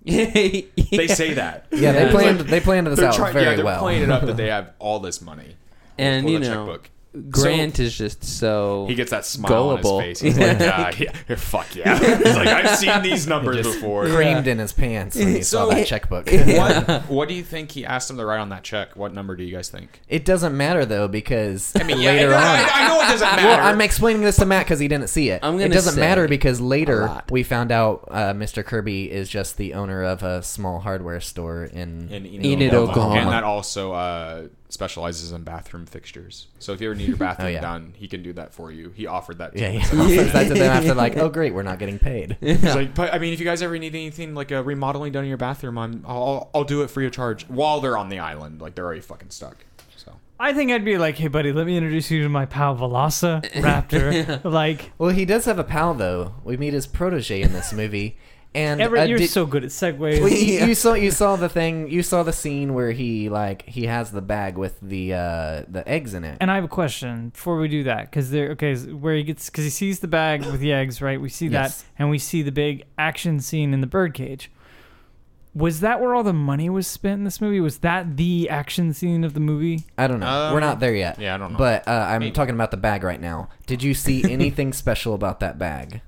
They they say that. Yeah, they Yeah. planned they planned this They're out trying, very yeah, they're well. playing it up that they have all this money. and Pull you the know, checkbook. Grant is just so He gets that smile Gullible. on his face. He's like, "Ah, yeah, fuck yeah. He's like, I've seen these numbers before. Creamed in his pants when he saw So- that checkbook. What, what do you think he asked him to write on that check? What number do you guys think? it doesn't matter though because I mean, yeah, later I- on. I, I know it doesn't matter. well, I'm explaining this to Matt because he didn't see it. I'm it gonna doesn't say matter because a later lot. we found out uh, Mr. Kirby is just the owner of a small hardware store in. in Enid, Enid, Oklahoma. Oklahoma. And that also uh, specializes in bathroom fixtures. So if you ever need your bathroom Oh, yeah. done, he can do that for you. He offered that to yeah, me. yeah. Offers that to them after like, oh great, we're not getting paid. He's like, but I mean, if you guys ever need anything like a remodeling done in your bathroom, I'm I'll, I'll do it free of charge. While they're on the island, like they're already fucking stuck. So I think I'd be like, hey, buddy, let me introduce you to my pal Velosa Raptor. Like, Well, he does have a pal though. We meet his protege in this movie, and Everett, uh, you're did- so good at Well, segues. you, you saw you saw the thing. You saw the scene where he like he has the bag with the uh, the eggs in it. and I have a question before we do that, because there, okay, is where he gets, because he sees the bag with the eggs, right? We see Yes. that, and we see the big action scene in the birdcage. Was that where all the money was spent in this movie? Was that the action scene of the movie? I don't know. Um, We're not there yet. yeah, I don't know. But uh, I'm Maybe. talking about the bag right now. Did you see anything special about that bag?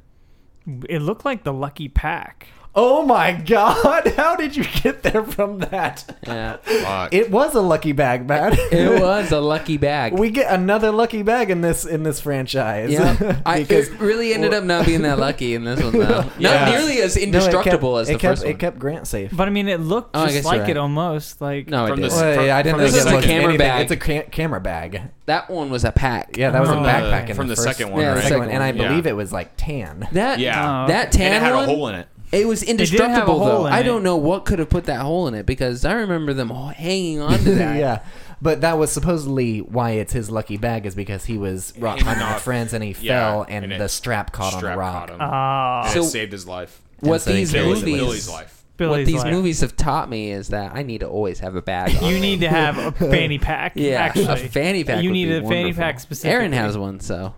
It looked like the Lucky Pack. Oh my god! How did you get there from that? yeah. fuck. It was a lucky bag, man. It was a lucky bag. We get another lucky bag in this in this franchise. yeah, I, because it really ended up not being that lucky in this one, though. Not Yeah. nearly as No, it kept- indestructible as the it kept, first It one. kept Grant safe. But I mean, it looked Oh, I guess just you're like right. it almost. Like, no, it From did. the- Well, yeah, I didn't from think the it looked second- camera anything. bag. It's a ca- camera bag. that one was a pack. Yeah, that was a From the- backpack in from the first- second one, Yeah, the right? second one, and I one. believe Yeah. it was like tan. That Yeah. uh, Oh, that and tan it had one, a hole in it. It was did have a indestructible hole though. in I it. don't know what could have put that hole in it because I remember them all hanging on to that. yeah, but that was supposedly why it's his lucky bag is because he was rock And climbing not- with friends and he yeah, fell and, and it the strap caught on Strap the rock. caught him. ah, and So- it saved his life. What so he these killed Billy's, movies, Billy's life. what Billy's these like- movies have taught me is that I need to always have a bag. on You me. need to have a fanny pack. yeah, actually. a fanny pack. You would need be a fanny wonderful. pack specifically. Erin has one, so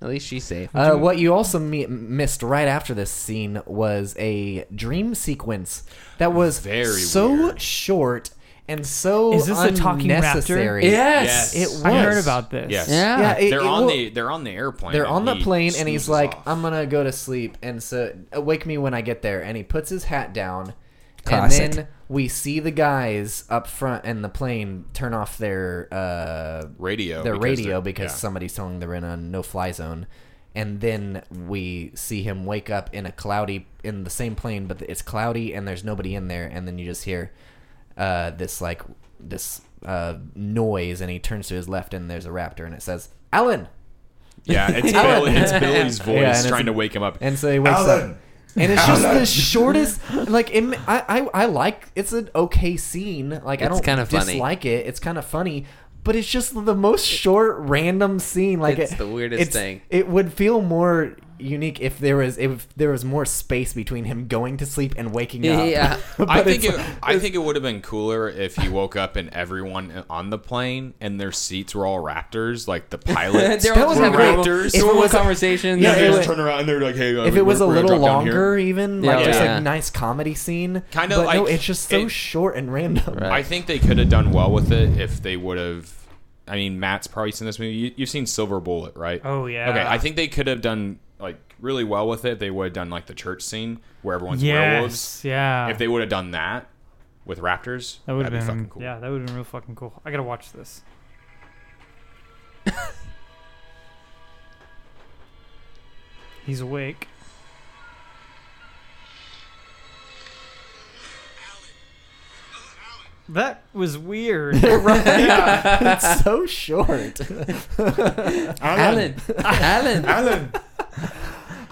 at least she's safe. Uh, what you also me- missed right after this scene was a dream sequence that was Very so weird. short and so Is this a talking raptor? unnecessary. yes. It was. I heard about this. Yes. Yeah. Yeah, it- they're it on will- the they're on the airplane. They're and on the he plane, and he's snoozes like, off. "I'm gonna go to sleep," and so "Uh, wake me when I get there. And he puts his hat down, Classic. And then we see the guys up front in the plane turn off their uh, radio. their Oh, because radio they're- because yeah. somebody's telling they're in a no fly zone. And then we see him wake up in a cloudy, in the same plane, but it's cloudy and there's nobody in there. And then you just hear uh, this, like, this uh, noise. And he turns to his left and there's a raptor and it says, Alan! yeah, it's, Bill, it's Billy's voice Yeah, and it's- trying to wake him up. And so he wakes Alan! up. And it's just the shortest. Like it, I, I, I like. It's an okay scene. Like I It's don't kinda funny. dislike it. It's kind of funny, but it's just the most short, random scene. Like It's it- the weirdest it's- thing. It would feel more unique if there was if there was more space between him going to sleep and waking up. Yeah. But I think it's it, I think it would have been cooler if he woke up and everyone on the plane and their seats were all Raptors, like the pilots. They're That all was just having great- normal- if it normal was- conversations. Yeah, Yeah, they it just was- turn around and they're like, hey, uh, if we- it was a we're gonna little drop down here. longer, even like Yeah. just Yeah. a nice comedy scene. Kinda but no, like- it's just so it- short and random. Right. I think they could have done well with it if they would have. I mean, Matt's probably seen this movie. You, you've seen Silver Bullet, right? Oh, yeah. Okay, I think they could have done like really well with it. They would have done like the church scene where everyone's Yes. werewolves. Yeah. If they would have done that with Raptors, that would have been that'd be fucking cool. yeah, that would have been real fucking cool. I gotta watch this. He's awake. That was weird. it's so short. Alan. Alan. Alan,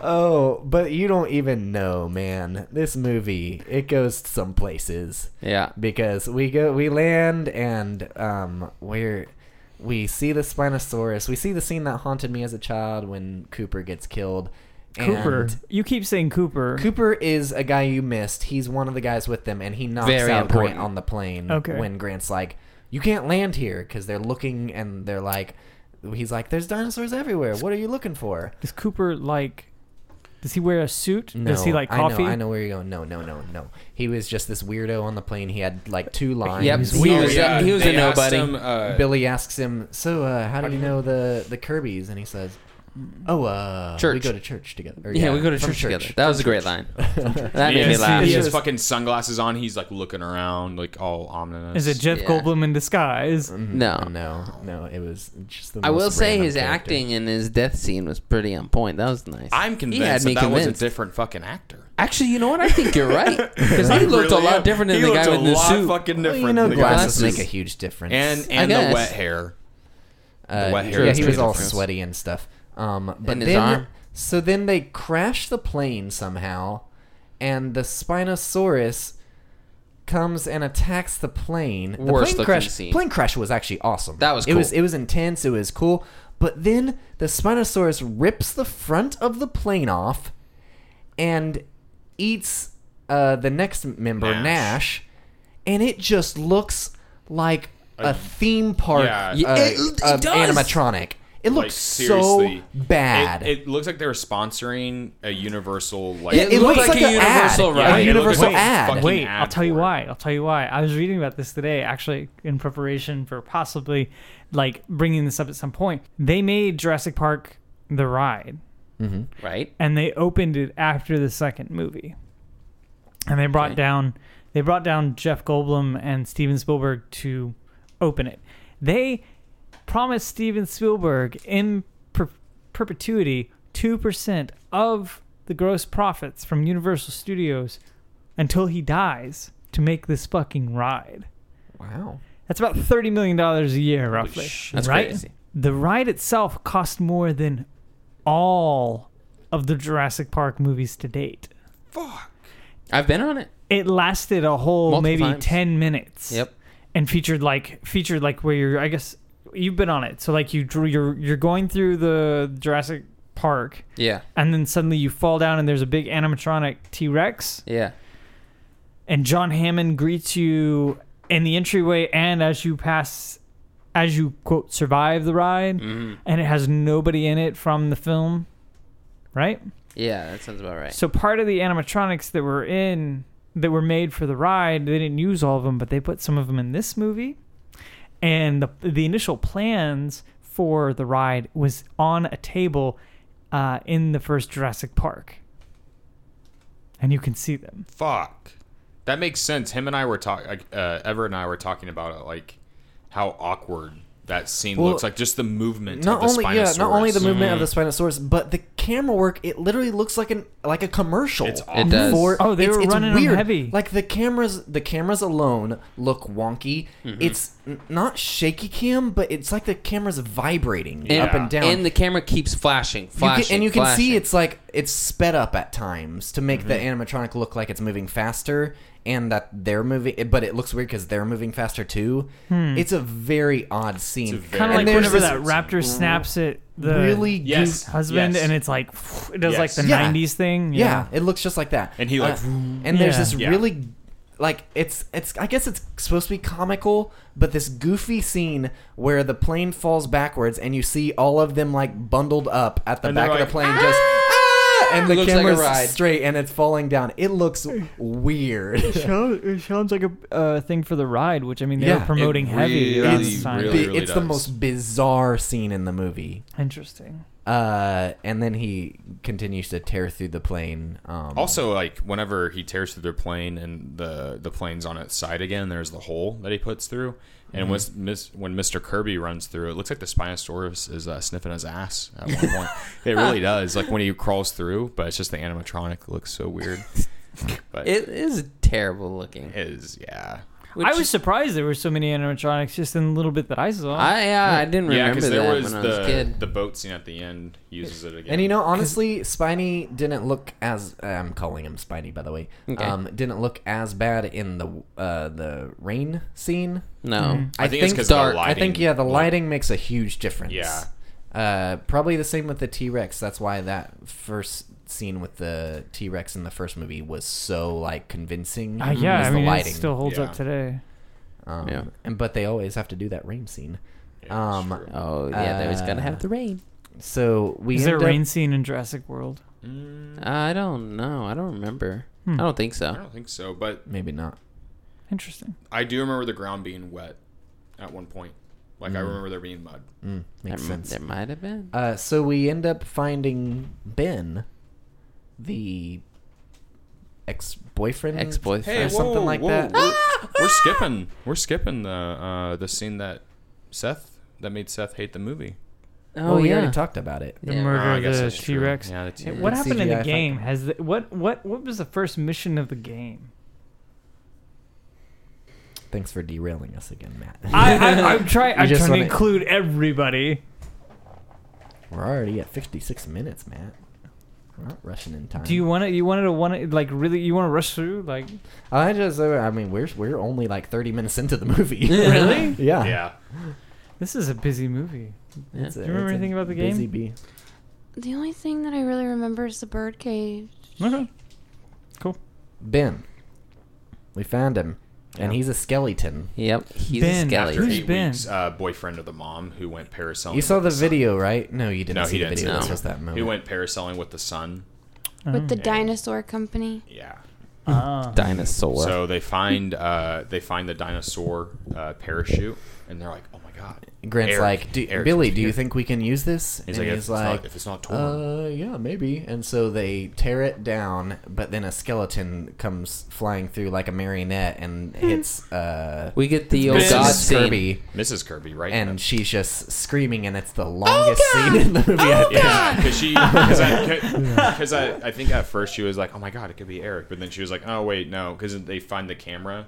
Oh, but you don't even know, man. This movie, it goes some places Yeah. because we go we land and um we're we see the spinosaurus. We see the scene that haunted me as a child when Cooper gets killed. Cooper. And You keep saying Cooper. Cooper is a guy you missed. He's one of the guys with them, and he knocks Very out important. Grant on the plane. Okay. When Grant's like, "You can't land here," because they're looking and they're like, "He's like, there's dinosaurs everywhere. What are you looking for?" Does Cooper like? Does he wear a suit? does he like I know- coffee? I know, where you're going. No, no, no, no. He was just this weirdo on the plane. He had like two lines. Yep. He's He weird. was a, he was a They asked nobody. him, uh, Billy asks him, "So, uh, how do you know the the Kirby's?" And he says, "Oh, uh, we Church. go to church together." Or, yeah, we go to from church, together. That was a great line. That made he me has, laugh. he has Yes. fucking sunglasses on. He's like looking around, like all ominous. Is it Jeff Yeah. Mm-hmm. Goldblum in disguise? No. no, no. It was just the. I will most say random his character. acting in his death scene was pretty on point. That was nice. I'm He had convinced me that, that was a convinced. different fucking actor. Actually, you know what? I think you're right because he I looked really a lot am. different than He the guy looked with a the lot suit. fucking Well, different. you know, than the guy with glasses glasses. make a huge difference. and I and the guess. wet hair. uh, wet hair yeah, is he pretty was all different. sweaty and stuff. Um, but And then, his arm. so then they crash the plane somehow, and the Spinosaurus comes and attacks the plane. The Worst plane looking crash, scene. Plane crash was actually awesome. That was It was cool. it was intense. It was cool. But then the Spinosaurus rips the front of the plane off, and eats uh, the next member Nash. Nash. and it just looks like a theme park yeah. uh, It- it of does. animatronic. It Like, looks so seriously. bad. It, it looks like they were sponsoring a Universal like. Yeah, it looked looks like like, a a Universal ad, ride. Yeah, a it universal looked like a ad. fucking- Wait, ad I'll tell you for it. why. I'll tell you why. I was reading about this today, actually, in preparation for possibly like bringing this up at some point. They made Jurassic Park the ride, right? and they opened it after the second movie, and they brought Okay. down they brought down Jeff Goldblum and Steven Spielberg to open it. They promised Steven Spielberg in per- perpetuity two percent of the gross profits from Universal Studios until he dies to make this fucking ride. Wow. That's about thirty million dollars a year, roughly. That's right? crazy. The ride itself cost more than all of the Jurassic Park movies to date. I've been on it. It lasted a whole Multiple maybe times. ten minutes. Yep. And featured like featured like where you're I guess you've been on it. So like you drew you're you're going through the Jurassic Park Yeah. and then suddenly you fall down and there's a big animatronic T Rex Yeah. and John Hammond greets you in the entryway and as you pass as you quote survive the ride and it has nobody in it from the film right Yeah. That sounds about right. so part of the animatronics that were in that were made for the ride they didn't use all of them but they put some of them in this movie and the, the initial plans for the ride was on a table uh, in the first Jurassic Park and you can see them fuck. That makes sense. Him and I were talking. Uh, Ever and I were talking about it, like how awkward that scene Well, looks like. Just the movement. not of the only yeah, not only the Spinosaurus. movement of the Spinosaurus, but the camera work. It literally looks like an like a commercial. It's It does. For, Oh, they it's, were it's running 'em weird. heavy. Like the cameras, the cameras alone look wonky. Mm-hmm. It's n- not shaky cam, but it's like the cameras vibrating And- up and down. And the camera keeps flashing, You can- flashing, and you can flashing. see it's like it's sped up at times to make the animatronic look like it's moving faster and that they're moving it- but it looks weird because they're moving faster too it's a very odd scene very- Kind And of like there's whenever this that raptor snaps at the really Yes. goofy- husband, Yes. and it's like it does like Yes. the Yeah. '90s thing. yeah. it looks just like that And he, like, Uh, and there's Yeah. this Yeah. really like it's it's i guess it's supposed to be comical but this goofy scene where the plane falls backwards and you see all of them like bundled up at the And back they're of like, the plane just "Ah!" and the Looks like a camera's ride. straight and it's falling down it looks weird sounds, it sounds like a uh, thing for the ride, which I mean they Yeah, were it promoting heavy. around really, this time. really- Bi- it's the does. most bizarre scene in the movie Interesting. uh, and then he continues to tear through the plane um, Also, like whenever he tears through their plane and the the plane's on its side again, there's the hole that he puts through. Mm-hmm. And when Miss, when Mr. Kirby runs through, it looks like the Spinosaurus is uh, sniffing his ass at one point. it really does. Like when he crawls through, but it's just the animatronic looks so weird. But it It is terrible looking. is, yeah. Which- I was surprised there were so many animatronics just in the little bit that I saw. I uh, I didn't Yeah, remember because there that was when the I was a kid. the boat scene at the end he uses it again. And you know, honestly, Spiny didn't look as uh, I'm calling him Spiny, by the way. Okay. Um, didn't look as bad in the uh, the rain scene. no, I think it's 'cause of the dark. I lighting. think yeah, the Like- lighting makes a huge difference. Yeah. Uh, probably the same with the T Rex. That's why that first scene with the T Rex in the first movie was so like convincing. Uh, yeah, was I Mm, the mean lighting. it still holds Yeah. up today. Um, Yeah. And but they always have to do that rain scene. Yeah, it's um, true. oh yeah, there was gonna Uh, have the rain. So we Is there a end up- rain scene in Jurassic World? I don't know. I don't remember. Hmm. I don't think Mm, I so. don't think so, but Maybe not. Interesting. I do remember the ground being wet at one point. Like I remember there being mud. Mm, makes there, mi- sense. there might have been. Uh, so we end up finding Ben, the ex boyfriend, Ex-boyfriend. or Hey, something whoa, like whoa, that. We're, we're skipping. We're skipping the uh, the scene that Seth that made Seth hate the movie. oh Well, we yeah. already talked about it. The Yeah. murder Ah, I of guess the that's true. T Rex. Yeah, the T-Rex. what happened in CGI the fucking- game? Has the, what what what was the first mission of the game? Thanks for derailing us again, Matt. I, I, I'm trying. You I'm just trying to wanna- include everybody. We're already at 56 minutes, Matt. We're not rushing in time. Do you want to? You wanted to want to like really? You want to rush through like? I just, uh, I mean, we're we're only like 30 minutes into the movie. Really? yeah. Yeah. This is a busy movie. It's Do a- you remember it's a anything about the game? busy bee. The only thing that I really remember is the bird cage. Okay. Cool. Ben. We found him, and he's a skeleton. Yep, he's Ben, a After Who's skeleton. eight Ben? weeks, uh, boyfriend of the mom who went parasailing. You saw the with Oh, son. video, right? No, you didn't No, see he the didn't. video. No. This was that moment. He went parasailing with the son. With the Yeah. dinosaur company. Yeah. Ah. Dinosaur. So they find uh, they find the dinosaur uh, parachute, and they're like, "Oh my god!" Grant's Eric, like, do, Eric, Billy, it's do you here." think we can use this? He's and like, if, he's it's not, like, "If it's not torn, uh, yeah, maybe. And so they tear it down, but then a skeleton comes flying through like a marionette and hits uh, we get the old Mrs. god Mrs. scene. Kirby, Mrs. Kirby, right?" and she's just screaming, and it's the longest scene in the movie. I think. Yeah, because she, because I, because I, I think at first she was like, "Oh my god, it could be Eric," but then she was like, "Oh wait, no," because they find the camera,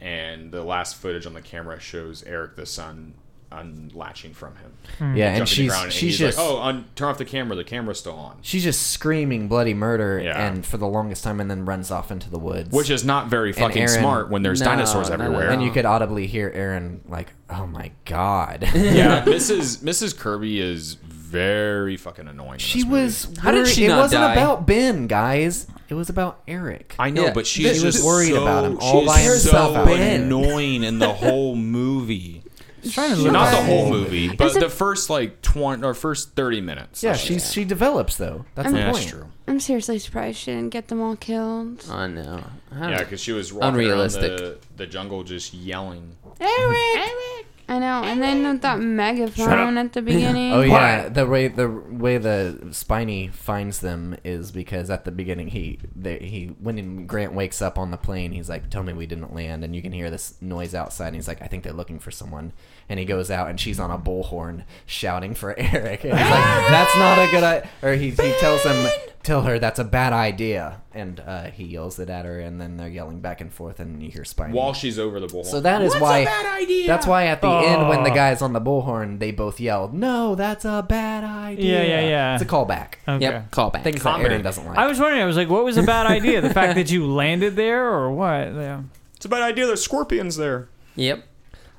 and the last footage on the camera shows Eric the son unlatching from him, Yeah, Hmm. and jumping to she's ground, and she's he's like, just "Oh, un- turn off the camera. The camera's still on," she's just screaming bloody murder, Yeah. and for the longest time, and then runs off into the woods. which is not very fucking Aaron- smart when there's No, dinosaurs no, no, everywhere. and you could audibly hear Aaron like, "Oh my god." yeah, Mrs. Mrs. Kirby is very fucking annoying. in She this movie. was. How did worried- she It not wasn't die? about Ben, guys. It was about Eric. I know, Yeah, but she she's was just worried so- about him all she's by so himself out there. annoying in the whole movie. trying to She look not the Right. whole movie, but Is it- the first like twenty or first thirty minutes. yeah, let's she say. she develops though. That's I'm- the Yeah, point. that's true. I'm seriously surprised she didn't get them all killed. Oh no. Huh. Yeah, because she was walking around Unrealistic. the, the jungle just yelling. Eric! Eric! I know. And then with that megaphone at the beginning. Oh yeah, the way the way the Spiny finds them is because at the beginning he they, he when Grant wakes up on the plane, he's like, "Tell me we didn't land," and you can hear this noise outside. And he's like, "I think they're looking for someone," and he goes out and she's on a bullhorn shouting for Eric. And he's like, "That's not a good," I-, or he he tells him. Tell her that's a bad idea, and uh, he yells it at her, and then they're yelling back and forth, and you hear Spiny. While she's over the bullhorn. So that is What's a why. bad idea? That's why at the end, when the Oh. guy's on the bullhorn, they both yelled, "No, that's a bad idea." Yeah, yeah, yeah. It's a callback. Okay. Yep, call back. Things that Aaron doesn't like. I was wondering. I was like, what was a bad idea? The fact that you landed there, or what? Yeah. it's a bad idea. There's scorpions there. Yep.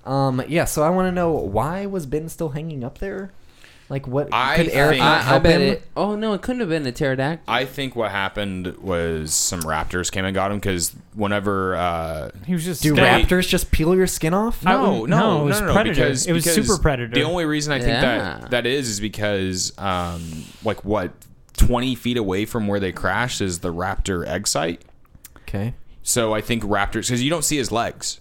um, yeah. So I want to know why was Ben still hanging up there? Like, what I could Eric think- not I- I, I help bet him? it. Oh no, it couldn't have been a pterodactyl. I think what happened was some raptors came and got him because whenever uh, He was just Do standing- raptors just peel your skin off? I no, no, wouldn't- no, it was no, no, predator. Because, it was because super predator. The only reason I think Yeah. that that is is because, um, like, what twenty feet away from where they crashed is the raptor egg site. Okay, So I think raptors because you don't see his legs.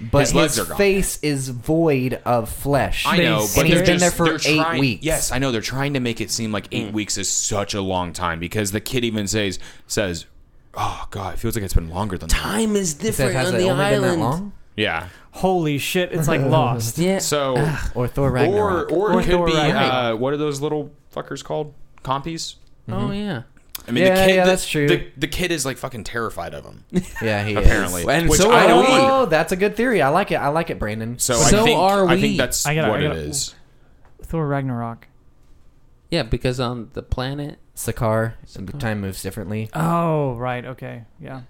but his, legs are gone. face is void of flesh. I They know, but And they're he's been just- there for they're eight trying- weeks. Yes, I know they're trying to make it seem like Mm. eight weeks is such a long time because the kid even says says, "Oh God, it feels like it's been longer than that." Time is Said, different has on it the only island. been that long? Yeah. Holy shit! It's like lost. Yeah. So Or Thor or Ragnarok? or Or it could be Thor uh, Ragnarok. what are those little fuckers called? Compies. Mm-hmm. Oh yeah. I mean, the Yeah, kid, yeah, the, that's true. The, the kid is like fucking terrified of him, yeah, he apparently. Is. And which so I are don't. we. like. Oh, that's a good theory. I like it. I like it, Brandon. So, I So think are I we. think that's I gotta- what I gotta- it is. Thor Ragnarok. Yeah, because on the planet. Sakar, some time moves differently. Oh right. Okay. Yeah.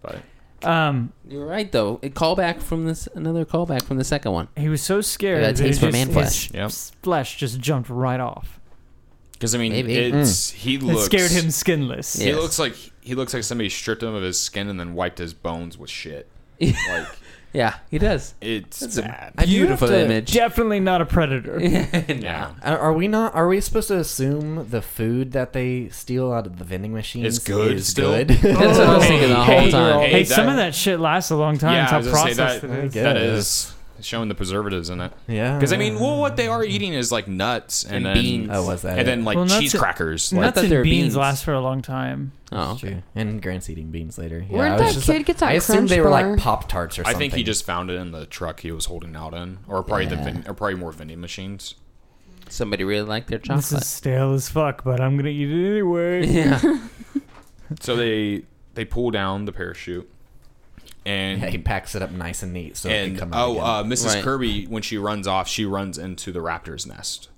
But Um, You're right though. A callback from this another callback from the second one. he was so scared. Yeah, that he taste for just- man his flesh. Yep. Flesh just jumped right off. because I mean, Maybe. it's he It looks scared him skinless. He Yes. looks like he looks like somebody stripped him of his skin and then wiped his bones with shit. Like Yeah, he does. it's bad. A beautiful to image. Definitely not a predator. yeah, Are- Are we not? Are we supposed to assume the food that they steal out of the vending machines It's good Is still? Oh. good? That's what I was thinking the whole hey, time. girl. Hey, Hey, some that- of that shit lasts a long time. yeah. it's I how was gonna say processed that it is. that Yeah. is showing the preservatives in it. yeah. Because I mean, well, what they are eating is like nuts and, And then beans. oh, was that? and it? then like Well, nuts- cheese crackers. Like, Nuts thought and they were beans, beans. last for a long time. Oh, That's true. And Grant's eating beans later. Yeah, Where'd I was that just kid like- get that I assumed they Crunch were bar? like pop tarts or I something. think he just found it in the truck he was holding out in, or probably the Yeah. vend- or probably more vending machines. somebody really liked their This chocolate. is stale as fuck, but I'm gonna eat it anyway. yeah. So they they pull down the parachute, and Yeah, he packs it up nice and neat so it can and come out. oh, again. uh, Mrs. Right. Kirby when she runs off, she runs into the raptor's nest,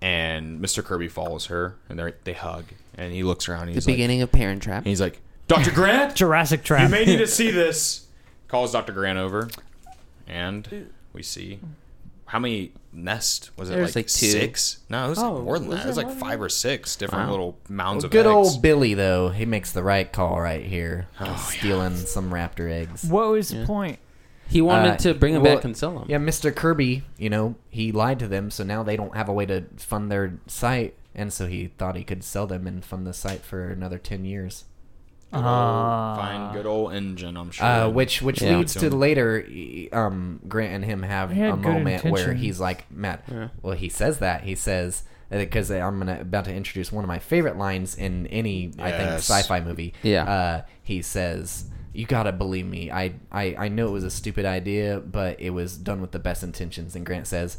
and Mr. Kirby follows her, and they they hug, and he looks around, and The he's like, beginning of Parent Trap. and he's like, Doctor Grant, Jurassic Trap. you may need to see this. Calls Doctor Grant over, and we see how many nests was it? There was, like, like, two. six? No, it was Oh, like more than was that. It was there like more than five or six different Wow. little mounds of Good eggs. old Billy though, he makes the right call right here, Oh, stealing some raptor eggs. what was the point? He wanted Uh, to bring him well, back and sell him. Yeah, Mr. Kirby, you know, he lied to them, so now they don't have a way to fund their site, and so he thought he could sell them and fund the site for another ten years. Good old- Oh, Ah, fine, good old engine. I'm sure. Uh, which which Yeah. leads to later, e- um, Grant and him have He had a good moment where he's intentions. like, "Matt, Yeah. well, he says that he says." Because I'm gonna, about to introduce one of my favorite lines in any, I think, Yes. sci-fi movie. Yeah. Uh, he says, "You gotta believe me. I, I, I know it was a stupid idea, but it was done with the best intentions." And Grant says,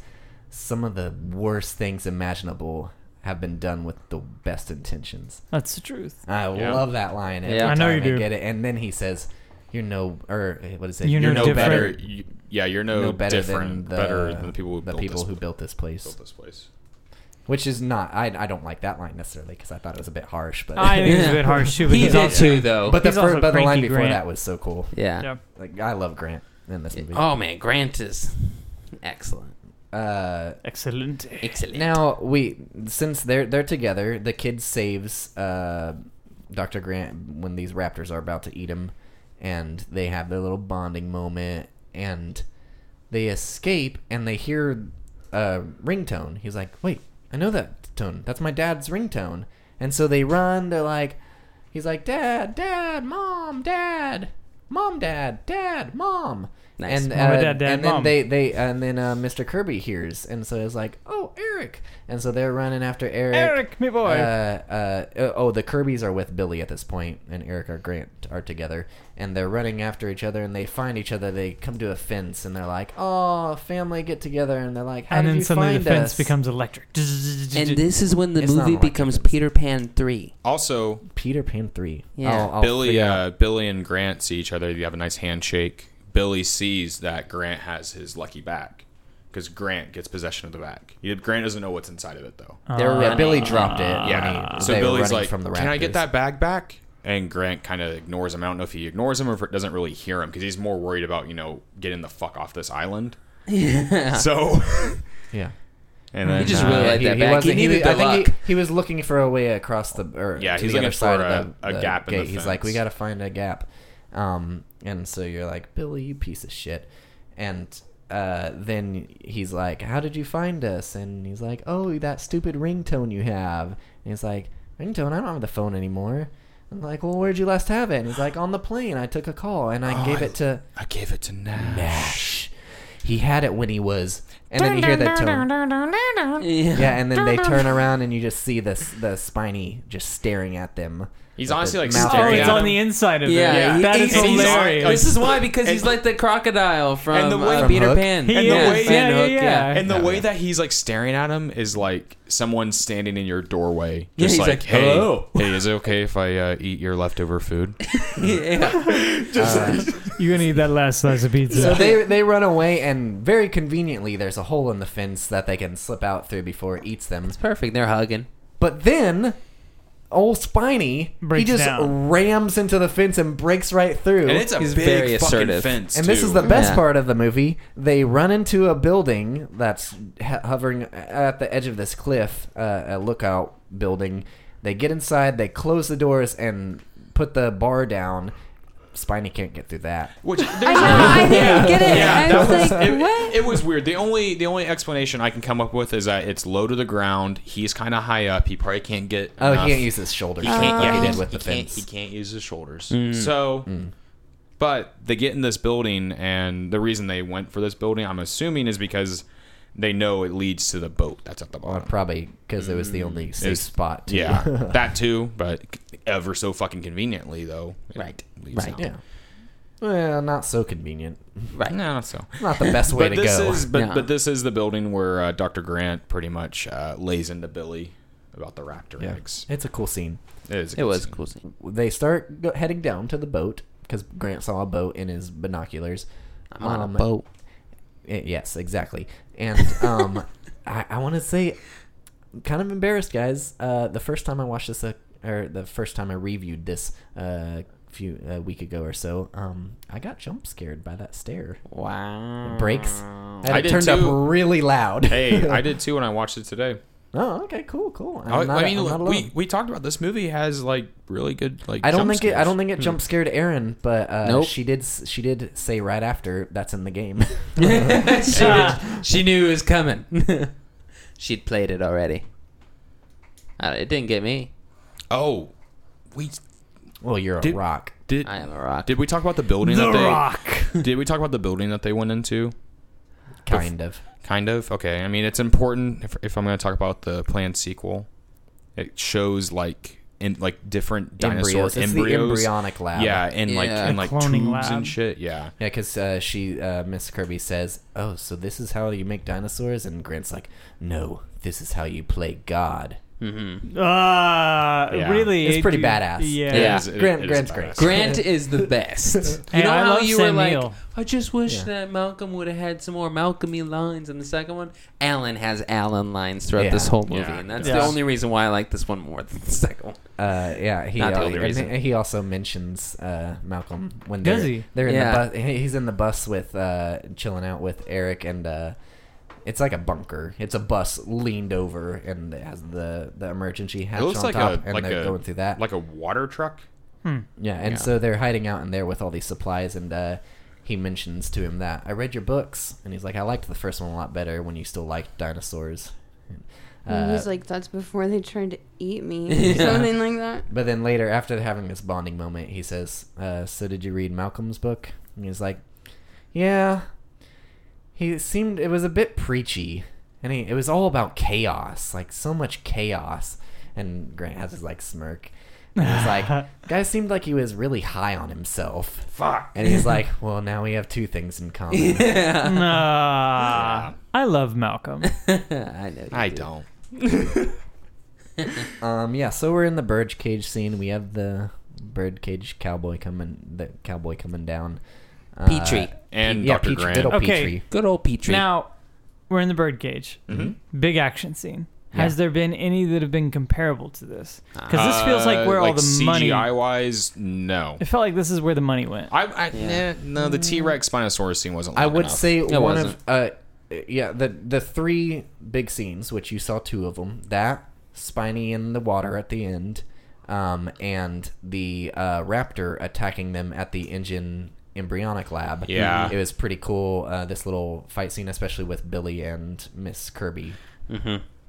"Some of the worst things imaginable have been done with the best intentions." That's the truth. I Yeah. love that line. Every Yeah. I know you do. Get it. And then he says, "You're no, or eh, what is it? You're You're no no different. better. You, yeah, you're no, no better than different. the better than the people who the built people this, who built this place." built this place. Which is not. I, I don't like that line necessarily because I thought it was a bit harsh. But I think it's a bit harsh too, but he he's did also too, though. but the He's also first, but the line cranky before Grant. that was so cool. yeah. Yeah. Like I love Grant in this movie. Oh man, Grant is excellent. Oh. Uh, excellent. Excellent. now we since they're they're together, the kid saves uh, Doctor Grant when these raptors are about to eat him, and they have their little bonding moment, and they escape, and they hear a ringtone. He's like, "Wait, I know that tone. That's my dad's ringtone." And so they run. They're like, "He's like, Dad, Dad, Mom, Dad, Mom, Dad, Dad, Mom." Nice. And, uh, Mama, dad, dad, and then mom. they they and then uh, Mr. Kirby hears, and so it's like, oh Eric, and so they're running after Eric. Eric, me boy. Uh, uh, oh, the Kirby's are with Billy at this point, and Eric or Grant are together, and they're running after each other, and they find each other. They come to a fence, and they're like, "Oh, family get together," and they're like, "How and did then you suddenly find the fence us?" becomes electric. And this is when the It's not movie like it becomes is. Peter Pan 3. Also, Peter Pan three. Yeah. I'll- I'll Billy, figure out- uh, Billy and Grant see each other. They have a nice handshake. Billy sees that Grant has his lucky back because Grant gets possession of the back. Yeah, Grant doesn't know what's inside of it though. They were- Uh, yeah, Billy dropped it. yeah. when he- uh, so Ah. they were Billy's running like, from the "Can I Raptors." get that bag back?" And Grant kind of ignores him. I don't know if he ignores him or if it doesn't really hear him because he's more worried about you know getting the fuck off this island. Yeah. So, Yeah. and then He just uh, really liked that back. He, wasn't- needed I the luck. think he, he was looking for a way across the or Yeah, to the he's looking other side for of a- a the gap in gate. the he's like, we fence. got to find a gap, um, and so you're like, Billy, you piece of shit, and uh, then he's like, how did you find us? And he's like, oh, that stupid ringtone you have. And he's like, ringtone, I don't have the phone anymore. I'm like, well, where'd you last have it? And he's like, on the plane. I took a call and I gave it to I gave it to Nash. Nash. He had it when he was, and then you hear that tone. Yeah, and then they turn around and you just see this the spiny just staring at them. He's With honestly the like mouth oh, staring it's at on him. the inside of Yeah, it. Yeah. that He- is he's- hilarious. this is why because he's And- like the crocodile from, and the way- uh, From Peter Hook? Pan. He is, yeah, yeah, yeah. And the Yeah. way that he's like staring at him is like someone standing in your doorway, Yeah, just he's like, like, "Hey, "Hello." hey, is it okay if I uh, eat your leftover food?" yeah. You're gonna eat that last slice of pizza. So they they run away and very conveniently there's a hole in the fence that they can slip out through before it eats them. It's perfect. They're hugging. But then old Spiny Breaks he just down. rams into the fence and breaks right through. And it's a He's big very fucking assertive. fence. And this too. is the best Yeah. part of the movie. They run into a building that's h- hovering at the edge of this cliff, uh, a lookout building. They get inside, they close the doors, and put the bar down. Spiny can't get through that. Which there's I know. I didn't get it. Yeah, I that was, was- like, it, what? it was weird. The only the only explanation I can come up with is that it's low to the ground. He's kind of high up. He probably can't get. Oh, enough. he can't use his shoulders. He can't. like Uh, yeah, he he, did with he, the can't fence. Mm. he can't use his shoulders. So, but they get in this building, and the reason they went for this building, I'm assuming, is because they know it leads to the boat that's at the Well, bottom. probably because it was the only safe Mm, It's- spot. To Yeah, that too. But ever so fucking conveniently, though. it Right. leads Right. out. yeah. Well, not so convenient. Right. No, so Not the best way but to this go. is but, Yeah. but this is the building where uh, Dr. Grant pretty much uh, lays into Billy about the raptor Yeah. eggs. It's a cool scene. It, is a It good was a scene. cool scene. they start go- heading down to the boat because Grant saw a boat in his binoculars. I'm on Um, a boat. eh, yes, exactly. And um, I, I want to say, kind of embarrassed, guys. Uh, the first time I watched this, uh, or the first time I reviewed this uh, few a week ago or so, um, I got jump scared by that stair. Wow. It breaks. And I it did turned up too. really loud. Hey, I did too when I watched it today. oh, okay, cool, cool. I'm I, not, I mean, I'm not alone. we we talked about this movie has like really good like. I don't jump think it. I scares. Hmm. don't think it jump scared Aaron, but uh, Nope. she did. s- She did say right after that's in the game. she, was- she knew it was coming. She'd played it already. Uh, it didn't get me. Oh, we well, you're a Did- rock. did. I am a rock. Did we talk about the building the that they Rock. did we talk about the building that they went into? Kind of. Kind of. Okay. I mean, it's important if, if I'm going to talk about the planned sequel. It shows like in like different dinosaurs Embryos. It's the embryonic lab. Yeah, and like Yeah. and like Cloning tubes lab. and shit. Yeah. Yeah, because uh, she, uh, Miss Kirby says, "Oh, so this is how you make dinosaurs?" And Grant's like, "No, this is how you play God." Mm-hmm. Ah, Yeah. really? It's pretty it- badass. Yeah. Yeah. is- Grant- is Grant's badass. great. Grant is the best. Hey, I love Sam like, Neill. I just wish Yeah. that Malcolm would have had some more Malcolmy lines in the second one. Alan has Alan lines throughout Yeah. this whole movie, Yeah. and that's Yeah. the only reason why I like this one more than the second one. Uh, yeah, he Not the uh, only and reason. he- he also mentions uh, Malcolm when Does they're, he? they're in Yeah. the bus. He's in the bus with uh, chilling out with Eric and uh, it's like a bunker. It's a bus leaned over and it has the the emergency hatch It looks on like top a and like they're a going through that. like a water truck. Hmm. yeah, and so they're hiding out in there with all these supplies and. Uh, he mentions to him that I read your books, and he's like, "I liked the first one a lot better when you still liked dinosaurs." And Uh, he's like, that's before they tried to eat me. or Something like that. But then later, after having this bonding moment, he says, uh, "So did you read Malcolm's book?" And he's like, Yeah. He seemed it was a bit preachy. And he, it was all about chaos, like so much chaos. And Grant has his like smirk. And he's like, guy seemed like he was really high on himself. Fuck. And he's like, well, now we have two things in common. Yeah. Nah. I love Malcolm. I know. You I do. don't. Um, yeah, so we're in the bird cage scene. We have the bird cage cowboy coming, the cowboy coming down. Uh, Petrie. And yeah, Dr. Petrie, Grant. good old Okay. Petrie. Good old Petrie. Now, we're in the birdcage. Big action scene. Has there been any that have been comparable to this? Because this feels Uh, like where all the CGI money. wise, no. It felt like this is where the money went. I, I eh, no, the T Rex Spinosaurus scene wasn't. Long Mm. I would enough. say one wasn't. of, uh, yeah, the the three big scenes, which you saw two of them. That Spiny in the water at the end, um, and the uh, raptor attacking them at the engine embryonic lab. Yeah. it was pretty cool. Uh, this little fight scene, especially with Billy and Miss Kirby.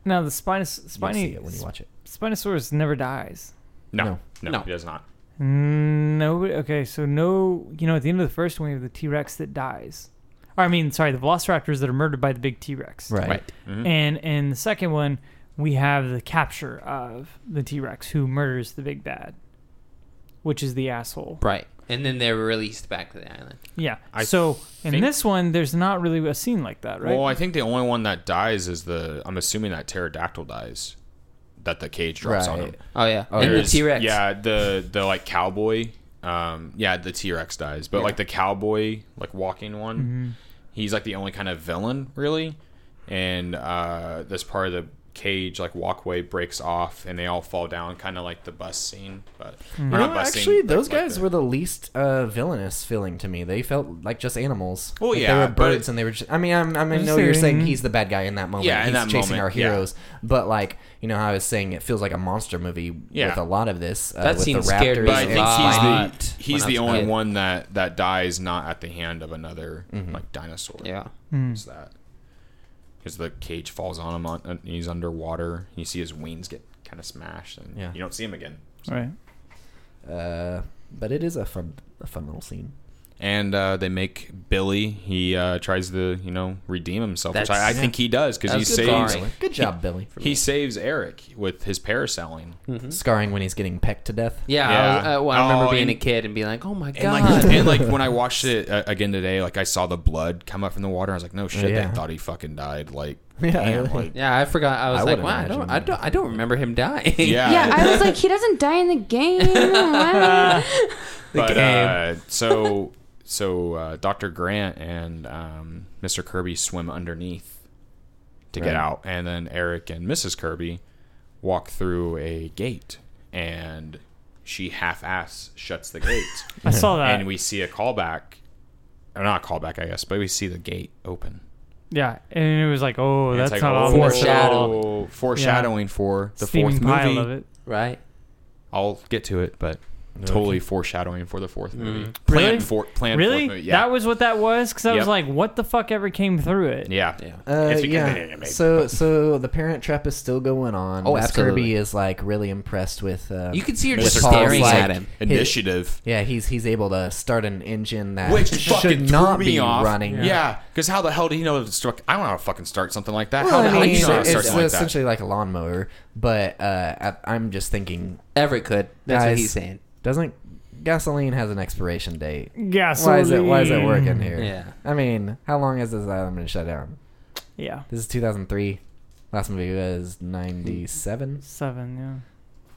Now the Spinos- You'll see Spiny- it when you watch it. Spinosaurus never dies. no, no. no, No. he does not. No. Okay, so no. You know, at the end of the first one, we have the T Rex that dies. Or, I mean, sorry, the Velociraptors that are murdered by the big T Rex. right. Mm-hmm. And in the second one, we have the capture of the T Rex who murders the big bad, which is the asshole. Right. And then they're released back to the island. Yeah. I so in think- this one, there's not really a scene like that, right? Well, I think the only one that dies is the. I'm assuming that pterodactyl dies, that the cage drops on Right. him. Oh yeah. and the There's- T Rex. Yeah, the the like cowboy. Um, yeah, the T Rex dies, but like the cowboy, like walking one, he's like the only kind of villain really. And uh, this part of the cage, like walkway, breaks off, and they all fall down, kind of like the bus scene. But or No, not bus scene, actually, but, those like, guys the- were the least uh, villainous feeling to me. They felt like just animals. Well, Like, yeah, they were but- birds, and they were. just... I mean, I'm, I mean, I know you're saying he's the bad guy in that moment. Yeah, in he's that chasing moment, our yeah. heroes. But like, you know, how I was saying, it feels like a monster movie Yeah. with a lot of this. Uh, That with scene the scared me raptors But I a and lot. spiny- think lot he's when I the he's the was a only kid. one that that dies not at the hand of another like dinosaur. Yeah. Is that because the cage falls on him on, and he's underwater? and You see his wings get kind of smashed, and Yeah. you don't see him again. right. Uh, but it is a fun, a fun little scene. And uh, they make Billy. He uh, tries to you know redeem himself, which I, I That's- think he does because That he was good saves scarring. Good job, Billy. Mhm. he saves Eric with his parasailing. Hmm. Scarring when he's getting pecked to death. Yeah. Yeah. I, was- uh, well, I remember Oh, being and- a kid and being like, "Oh my god." And like, and like when I watched it uh, again today, like I saw the blood come up from the water. I was like, no shit, Yeah. they thought he fucking died. Like, Yeah, damn, really. like yeah, I forgot. I was I like, would've "Wow, I don't, imagined I don't, I don't remember him dying." Yeah. Yeah, I was like, he doesn't die in the game. What? but uh, game. so so uh, Dr. Grant and um, Mr. Kirby swim underneath to Right. get out, and then Eric and Mrs. Kirby walk through a gate, and she half-ass shuts the gate, I saw that. and we see a callback, or not a callback, I guess, but we see the gate open. yeah, and it was like, oh, And that's it's how oh, all this foreshadow. foreshadowing, foreshadowing for the steaming fourth movie. pile of it. Right. I'll get to it, but totally foreshadowing for the fourth movie. Mm. Really? Planned for planned Really? fourth movie. Yeah. That was what that was? Because I was Yep. like, what the fuck ever came through it? yeah. Yeah. Uh, It's because they didn't yeah. make So so the parent trap is still going on. Oh, Miss Kirby absolutely. is like really impressed with. Uh, You can see her with just Paul's, staring like, at him. his- Initiative. yeah, he's he's able to start an engine that Which fucking should not threw me be off. running. Yeah, because how the hell do you know? It's, I don't know how to fucking start something like that. Well, how the I hell mean, do you know how to it's start something like that? essentially like a lawnmower, but uh, at- I'm just thinking, Everett could. That's what Guys. he's saying. doesn't gasoline has an expiration date? Gasoline. Why is it Why is it working here? Yeah. I mean, how long has this island been shut down? Yeah. This is 2003. Last movie was 97. Seven,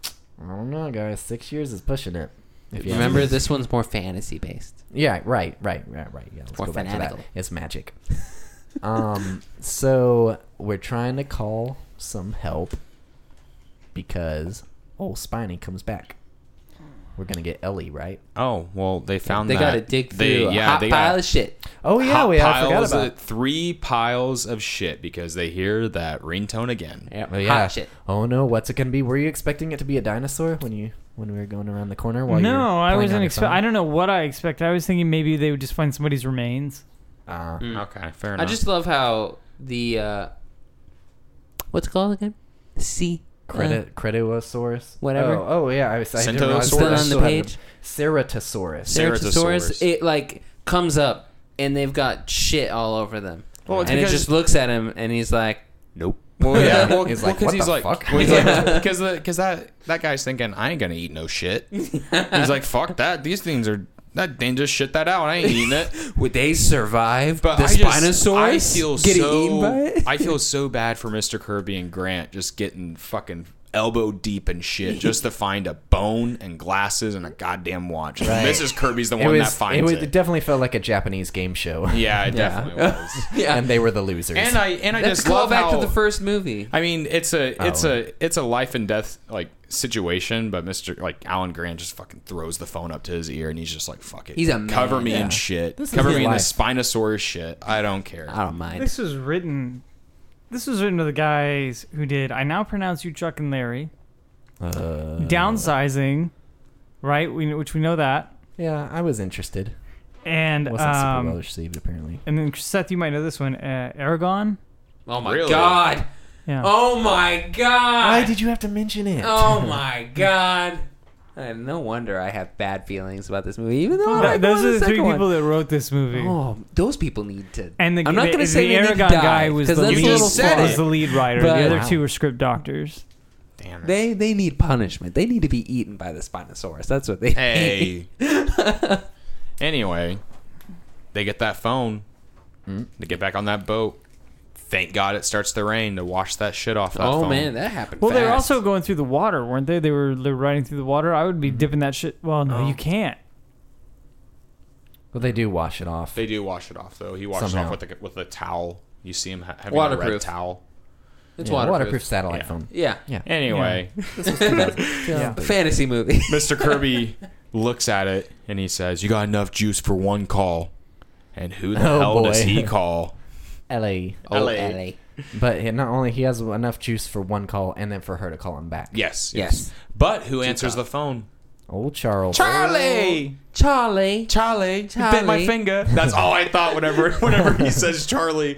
yeah. I don't know, guys. Six years is pushing it. If you ask Remember, me. this one's more fantasy based. Yeah, right, right, right, right. Yeah, let's Or go back to that. fanatical. It's magic. um, so we're trying to call some help because old Spiny comes back. We're gonna get Ellie, right? Oh well, they found They that got to dig through They, a yeah, hot they pile got of shit. Oh yeah, hot we I forgot piles about. of- three piles of shit because they hear that ringtone again. Yep. Oh, yeah. Hot shit. Oh no, what's it gonna be? Were you expecting it to be a dinosaur when you when we were going around the corner? While you no, were I playing wasn't on your expect. phone? I don't know what I expected. I was thinking maybe they would just find somebody's remains. Uh, Mm, Okay, I fair enough. just love how the uh, what's it called again? C Uh, credit creditosaurus. whatever. Oh, oh yeah, I was. I didn't realize Centosaurus. I Still on the still had page? them. Ceratosaurus. Ceratosaurus. Ceratosaurus. It like comes up and they've got shit all over them. Well, it's and it because- just looks at him, and he's like, Nope. Well, Yeah. yeah. Well, He's he's like, like, "What he's the like, fuck?" well, he's like, because the- because that that guy's thinking, I ain't gonna eat no shit. he's like, fuck that. These things are that. Then just shit that out. I ain't eating it. "Would they survive But the I just, Spinosaurus? I feel getting so, eaten by it?" I feel so bad for Mr. Kirby and Grant just getting fucking elbow deep in shit just to find a bone and glasses and a goddamn watch. And Right. Mrs. Kirby's the It one was. that it, finds was it. it definitely felt like a Japanese game show. yeah, it Yeah. definitely was. yeah, and they were the losers. And I and I Let's just call love back how, to the first movie. I mean, it's a it's Oh. a it's a life and death like situation, but Mr. like Alan Grant just fucking throws the phone up to his ear and he's just like, "Fuck it, He's a man, cover me yeah. in shit, This is cover his me in life. the Spinosaurus shit. I don't care." I don't mind. This was written. This was written to the guys who did. I now pronounce you Chuck and Larry. Uh, Downsizing, right? We which we know that. Yeah, I was interested. And Wasn't super well um, received apparently. and then Seth, you might know this one. Uh, Aragon. Oh my Really? god! Yeah. Oh my Why god! did you have to mention it? oh my god! Uh, no wonder I have bad feelings about this movie. Even though I Th- like Oh, those the are the second three one. people that wrote this movie. Oh, those people need to. And the, I'm not the, gonna the say they need to Aragon die, guy was the 'cause that's a lead, little said was it. the lead writer. But- the other Wow. two were script doctors. Damn it. They they need punishment. They need to be eaten by the Spinosaurus. That's what they. need. Hey. anyway, they get that phone. They get back on that boat. Thank God it starts to rain to wash that shit off. That Oh phone. man, that happened. Well, they were fast. also going through the water, weren't they? They were they were riding through the water. I would be Mm-hmm. dipping that shit. Well, no, Oh. you can't. Well, they do wash it off. They do wash it off though. He washes Somehow. it off with a, with a towel. You see him ha- having a red Waterproof. towel. It's Yeah, waterproof. satellite Yeah. phone. Yeah. Yeah. Anyway, Yeah. A fantasy movie. Mr. Kirby looks at it and he says, "You got enough juice for one call." And who the Oh, hell does boy. he call? LA. Oh, LA. But he- not only he has enough juice for one call, and then for her to call him back. Yes, Yes. yes. But who answers the phone? Old Charles. Charlie. Oh. Charlie. Charlie, you bit my Charlie. finger. That's all I thought whenever whenever he says Charlie.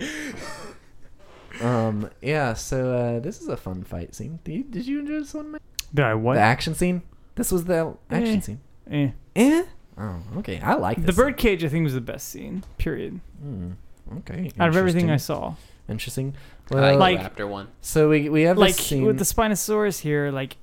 Um. Yeah. So uh, this is a fun fight scene. Did you, did you enjoy this one? Mike? Did I what? The action scene. This was the action Eh. scene. Eh. Eh. Oh. Okay. I like this The birdcage, I think, was the best scene. Period. scene. Hmm, okay. Out of everything I interesting, saw, Interesting. I Well, like, Like- the Raptor one. so we we have like this scene. with the Spinosaurus here, like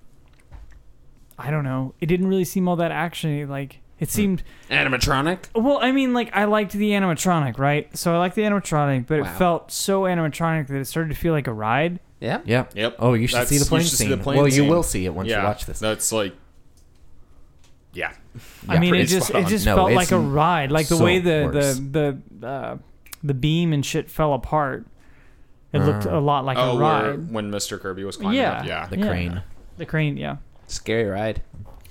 I don't know, it didn't really seem all that actiony. Like Hmm. it seemed. Animatronic. Well, I mean, like I liked the animatronic, right? So I liked the animatronic, but Wow. it felt so animatronic that it started to feel like a ride. Yeah. Yep. Yep. Oh, you should That's- see the you plane should see scene. the plane well, you scene. will see it once you watch this. That's like, yeah. I mean, it It's just it fun. just No, felt it's like a ride, like the so way worse. the the the uh, the beam and shit fell apart. It looked Ah. a lot like oh, a where- ride. when Mr. Kirby was climbing Yeah. up. Yeah. The Yeah. crane. The crane, yeah. Scary ride.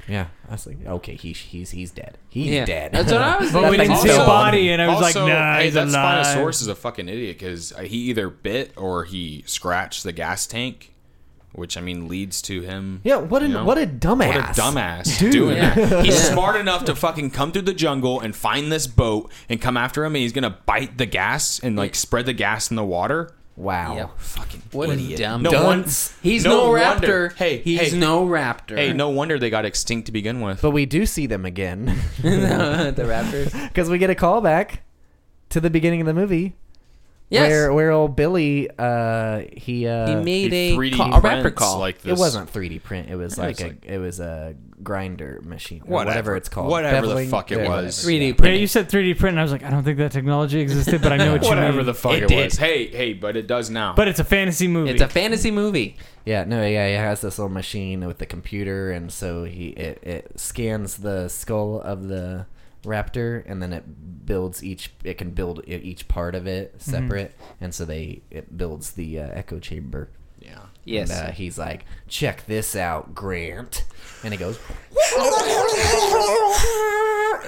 Yeah. I was like, okay, he, he's he's dead. He's Yeah. dead. That's what I was But That we thing didn't see a fell. body, and I was like, nah, hey, he's that alive. Spinosaurus is a fucking idiot because he either bit or he scratched the gas tank, which I mean leads to him. Yeah, what a you know? what a dumbass. What a dumbass doing that. He's smart enough to fucking come through the jungle and find this boat and come after him, and he's gonna bite the gas and like spread the gas in the water. Wow. Yep. Fucking What idiot. a dumb no dumb- one- He's no, no raptor. wonder- Hey, he's hey. no raptor. Hey, no wonder they got extinct to begin with. But we do see them again the raptors. because we get a callback to the beginning of the movie Yes. where where old Billy uh he he uh made He a, 3D call, a raptor prints, call. Like this. it wasn't 3D print. It was like was a like- it was a grinder machine, or whatever, Whatever. it's called, Whatever the Beveling- fuck it yeah, was. whatever. 3D Yeah, printing. you said 3D print, and I was like, I don't think that technology existed, but I know what you Whatever mean. the fuck It it, did. was. Hey, hey, but it does now. but it's a fantasy movie. it's a fantasy movie. Yeah, no, yeah, he has this little machine with the computer, and so he it, it scans the skull of the raptor, and then it builds each. It can build i- each part of it Mm-hmm. separate, and so they it builds the uh, echo chamber. yeah. Yes. And, uh, he's like, check this out, Grant, and he goes,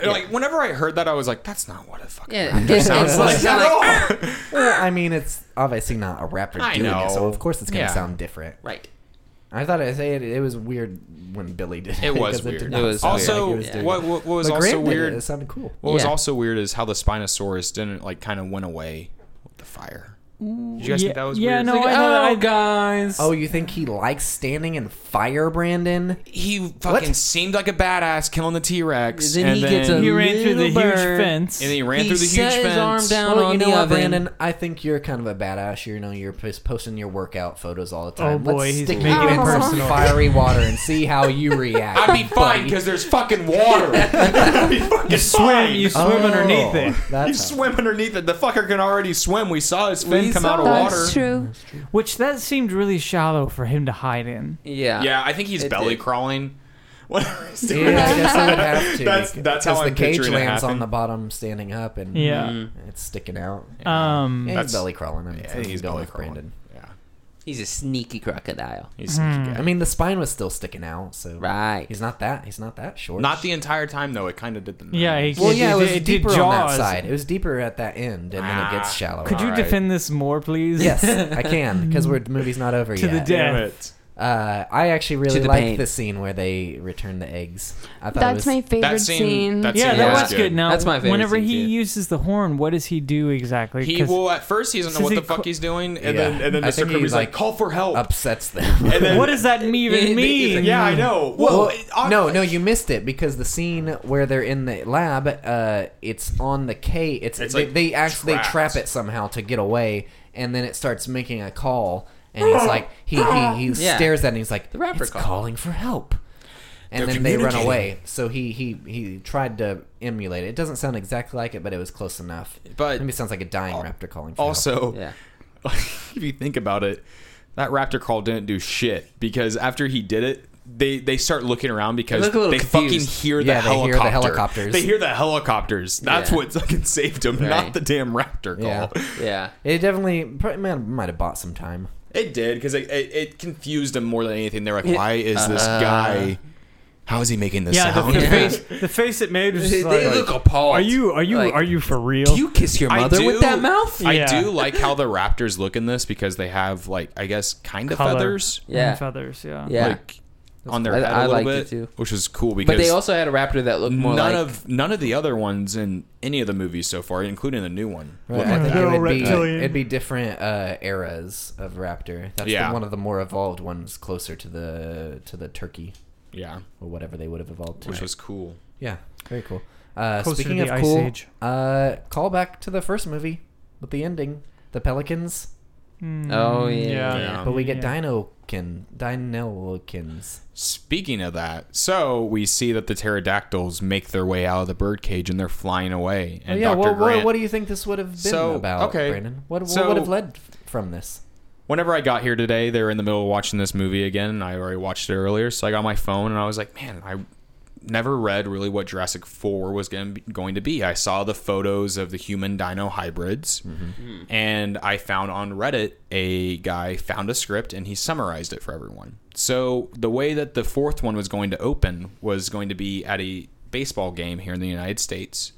Like whenever I heard that, I was like, "That's not what a fucking yeah. raptor It sounds like." sounds at like- all. well, I mean, it's obviously not a raptor I doing it, so know. of course it's gonna Yeah. sound different. Right. I thought I say it, it was weird when Billy did it. It was 'cause weird. did It not was sound also, like it was Yeah. doing what, it. what, what was But also Grant did it, weird? It sounded cool. What was Yeah. also weird is how the Spinosaurus didn't like kind of went away with the fire. Did you guys yeah, think that was yeah, weird? no, I, know, oh, I- guys. Oh, you think he likes standing in fire, Brandon? He fucking seemed like a badass killing the T Rex. Then he gets a- he ran through the Little huge bird. fence. And he ran He through the huge set his fence. arm down well, on you know the what, oven. Brandon? I think you're kind of a badass. You know, you're pos- posting your workout photos all the Oh, time. boy, Let's he's stick you making it in some personal. fiery water and see how you react. I'd be fine buddy. because there's fucking water. I'd be fucking swim, fine. you swim Oh, underneath it. You That's swim underneath it. The fucker can already swim. We saw his fin We come out of saw- That's water. true. Which that seemed really shallow for him to hide in. Yeah. Yeah, I think he's It belly did. crawling. Whatever he's yeah, doing. I guess I would have to. That's- that's how because I'm the cage picturing it lands on happen. the bottom, standing up, Mm, and Yeah. it's sticking out. Um. Yeah, That's- he's belly crawling. I, mean, Yeah, I so think you he's go belly with crawling. Brandon. Yeah. He's a sneaky crocodile. He's Hmm. a sneaky I guy. mean, the spine was still sticking out, so Right. He's not that. He's not that short. Not the entire time though. It kind of did the. Yeah, he- Well, It yeah, did- it was it did deeper on that Jaws. side. Ah, It was deeper at that end, and then it gets shallower. Could you Alright. defend this more, please? Yes, I can because we're the movie's not over To the yet. death. Damn it. Uh, I actually really To the liked paint. the scene where they return the eggs. I thought it That's was, my favorite That scene. scene- that Yeah, scene that Yeah. was good. Now, That's my favorite whenever scene, he too. uses the horn, what does he do exactly? He 'Cause- well, at first he doesn't know Since what he the fuck cl- he's doing, and Yeah. then and then I Mr. think he, Kirby's like, like, "Call for help." upsets them. And then- what does that even Yeah, he's mean? like- Yeah, I know. Well, Well, it- on- no, no, you missed it because the scene where they're in the lab, uh, it's on the K. It's, It's, they, like, they act, they trap trapped. it somehow to get away, and then it starts making a call, and he's like, he he, he Yeah. stares at, it and he's like, the rapper it's call." calling for help, and They're then they run communicating. away. So he he he tried to emulate it. It doesn't sound exactly like it, but it was close enough. But- maybe it sounds like a dying raptor calling. for help. Also, Yeah. if you think about it, that raptor call didn't do shit because after he did it, they they start looking around because look a little they fucking confused. hear the Yeah, they hear helicopter. the helicopters. They hear the helicopters. That's Yeah. what fucking saved him, Right. not the damn raptor call. Yeah. Yeah. it definitely probably might- might have bought some time. It did because it, it, it confused him more than anything. They're like, why is this Uh-huh. guy? How is he making this Yeah, the, sound? the Yeah. face, the face it made was just like, appalled. are you, are you, Like, are you for real? Do you kiss your mother with that mouth? I Yeah. do like how the raptors look in this because they have like I guess kind of Color. feathers. Yeah. And feathers? Yeah. Yeah. like on their cool. head I- I a little liked bit, it too. which was cool because but they also had a raptor that looked more none like of none of the other ones in any of the movies so far, including the new one. Right, look I like think that. it Little would be, reptilian. it'd be different uh, eras of raptor. That's the- Yeah. one of the more evolved ones, closer to the to the turkey Yeah, or whatever they would have evolved to. which was cool. yeah, very cool. Uh, Closer to speaking the of Ice cool, Age. uh, call back to the first movie with the ending, the pelicans, Mm, Oh, yeah. Yeah. but we get Yeah. dinokin, dinokins. Speaking of that, so we see that the pterodactyls make their way out of the birdcage and they're flying away. Oh, And yeah, Dr. well, what, Grant, what do you think this would have been So, about, okay. Brandon? What, what So- would have led f- from this? whenever I got here today, they were in the middle of watching this movie again, and I already watched it earlier. So I got my phone and I was like, man, I never read really what Jurassic 4 was gonna be- going to be. I saw the photos of the human dino hybrids, and I found on Reddit a guy found a script and he summarized it for everyone. So the way that the fourth one was going to open was going to be at a baseball game here in the United States,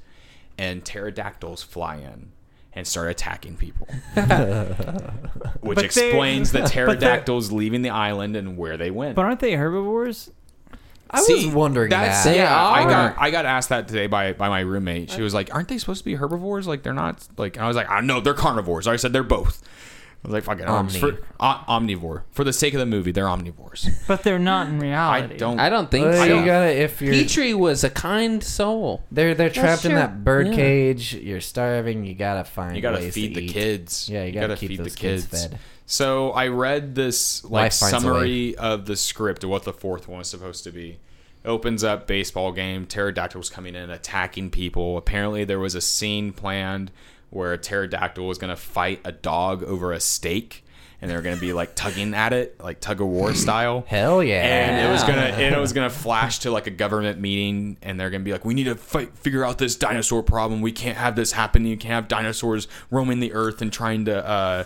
and pterodactyls fly in. And start attacking people, But which they- explains the but they're- pterodactyls leaving the island and where they went. But aren't they herbivores? I was See, wondering that's- that. They Yeah, I are. got I got asked that today by by my roommate. She was like, "Aren't they supposed to be herbivores? Like they're not like." And I was like, "I know they're carnivores." I said they're both. I was like, "Fucking Omni. For, o- omnivore." For the sake of the movie, they're omnivores. But they're not in I reality. don't. I don't think Well, so. you gotta if you're Petrie was a kind soul. They're they're trapped in true. that bird Yeah. cage. You're starving. You gotta find. you gotta ways feed to the eat. kids. Yeah, you gotta keep those kids fed. So I read this like Life finds a summary of the script of what the fourth one was supposed to be. Opens up baseball game, pterodactyls coming in, attacking people. Apparently there was a scene planned where a pterodactyl was gonna fight a dog over a steak and they were gonna be like tugging at it, like tug of war style. Hell yeah! And it was gonna and it was gonna flash to like a government meeting, and they're gonna be like, "We need to fight, figure out this dinosaur problem. We can't have this happen. You can't have dinosaurs roaming the earth and trying to, uh,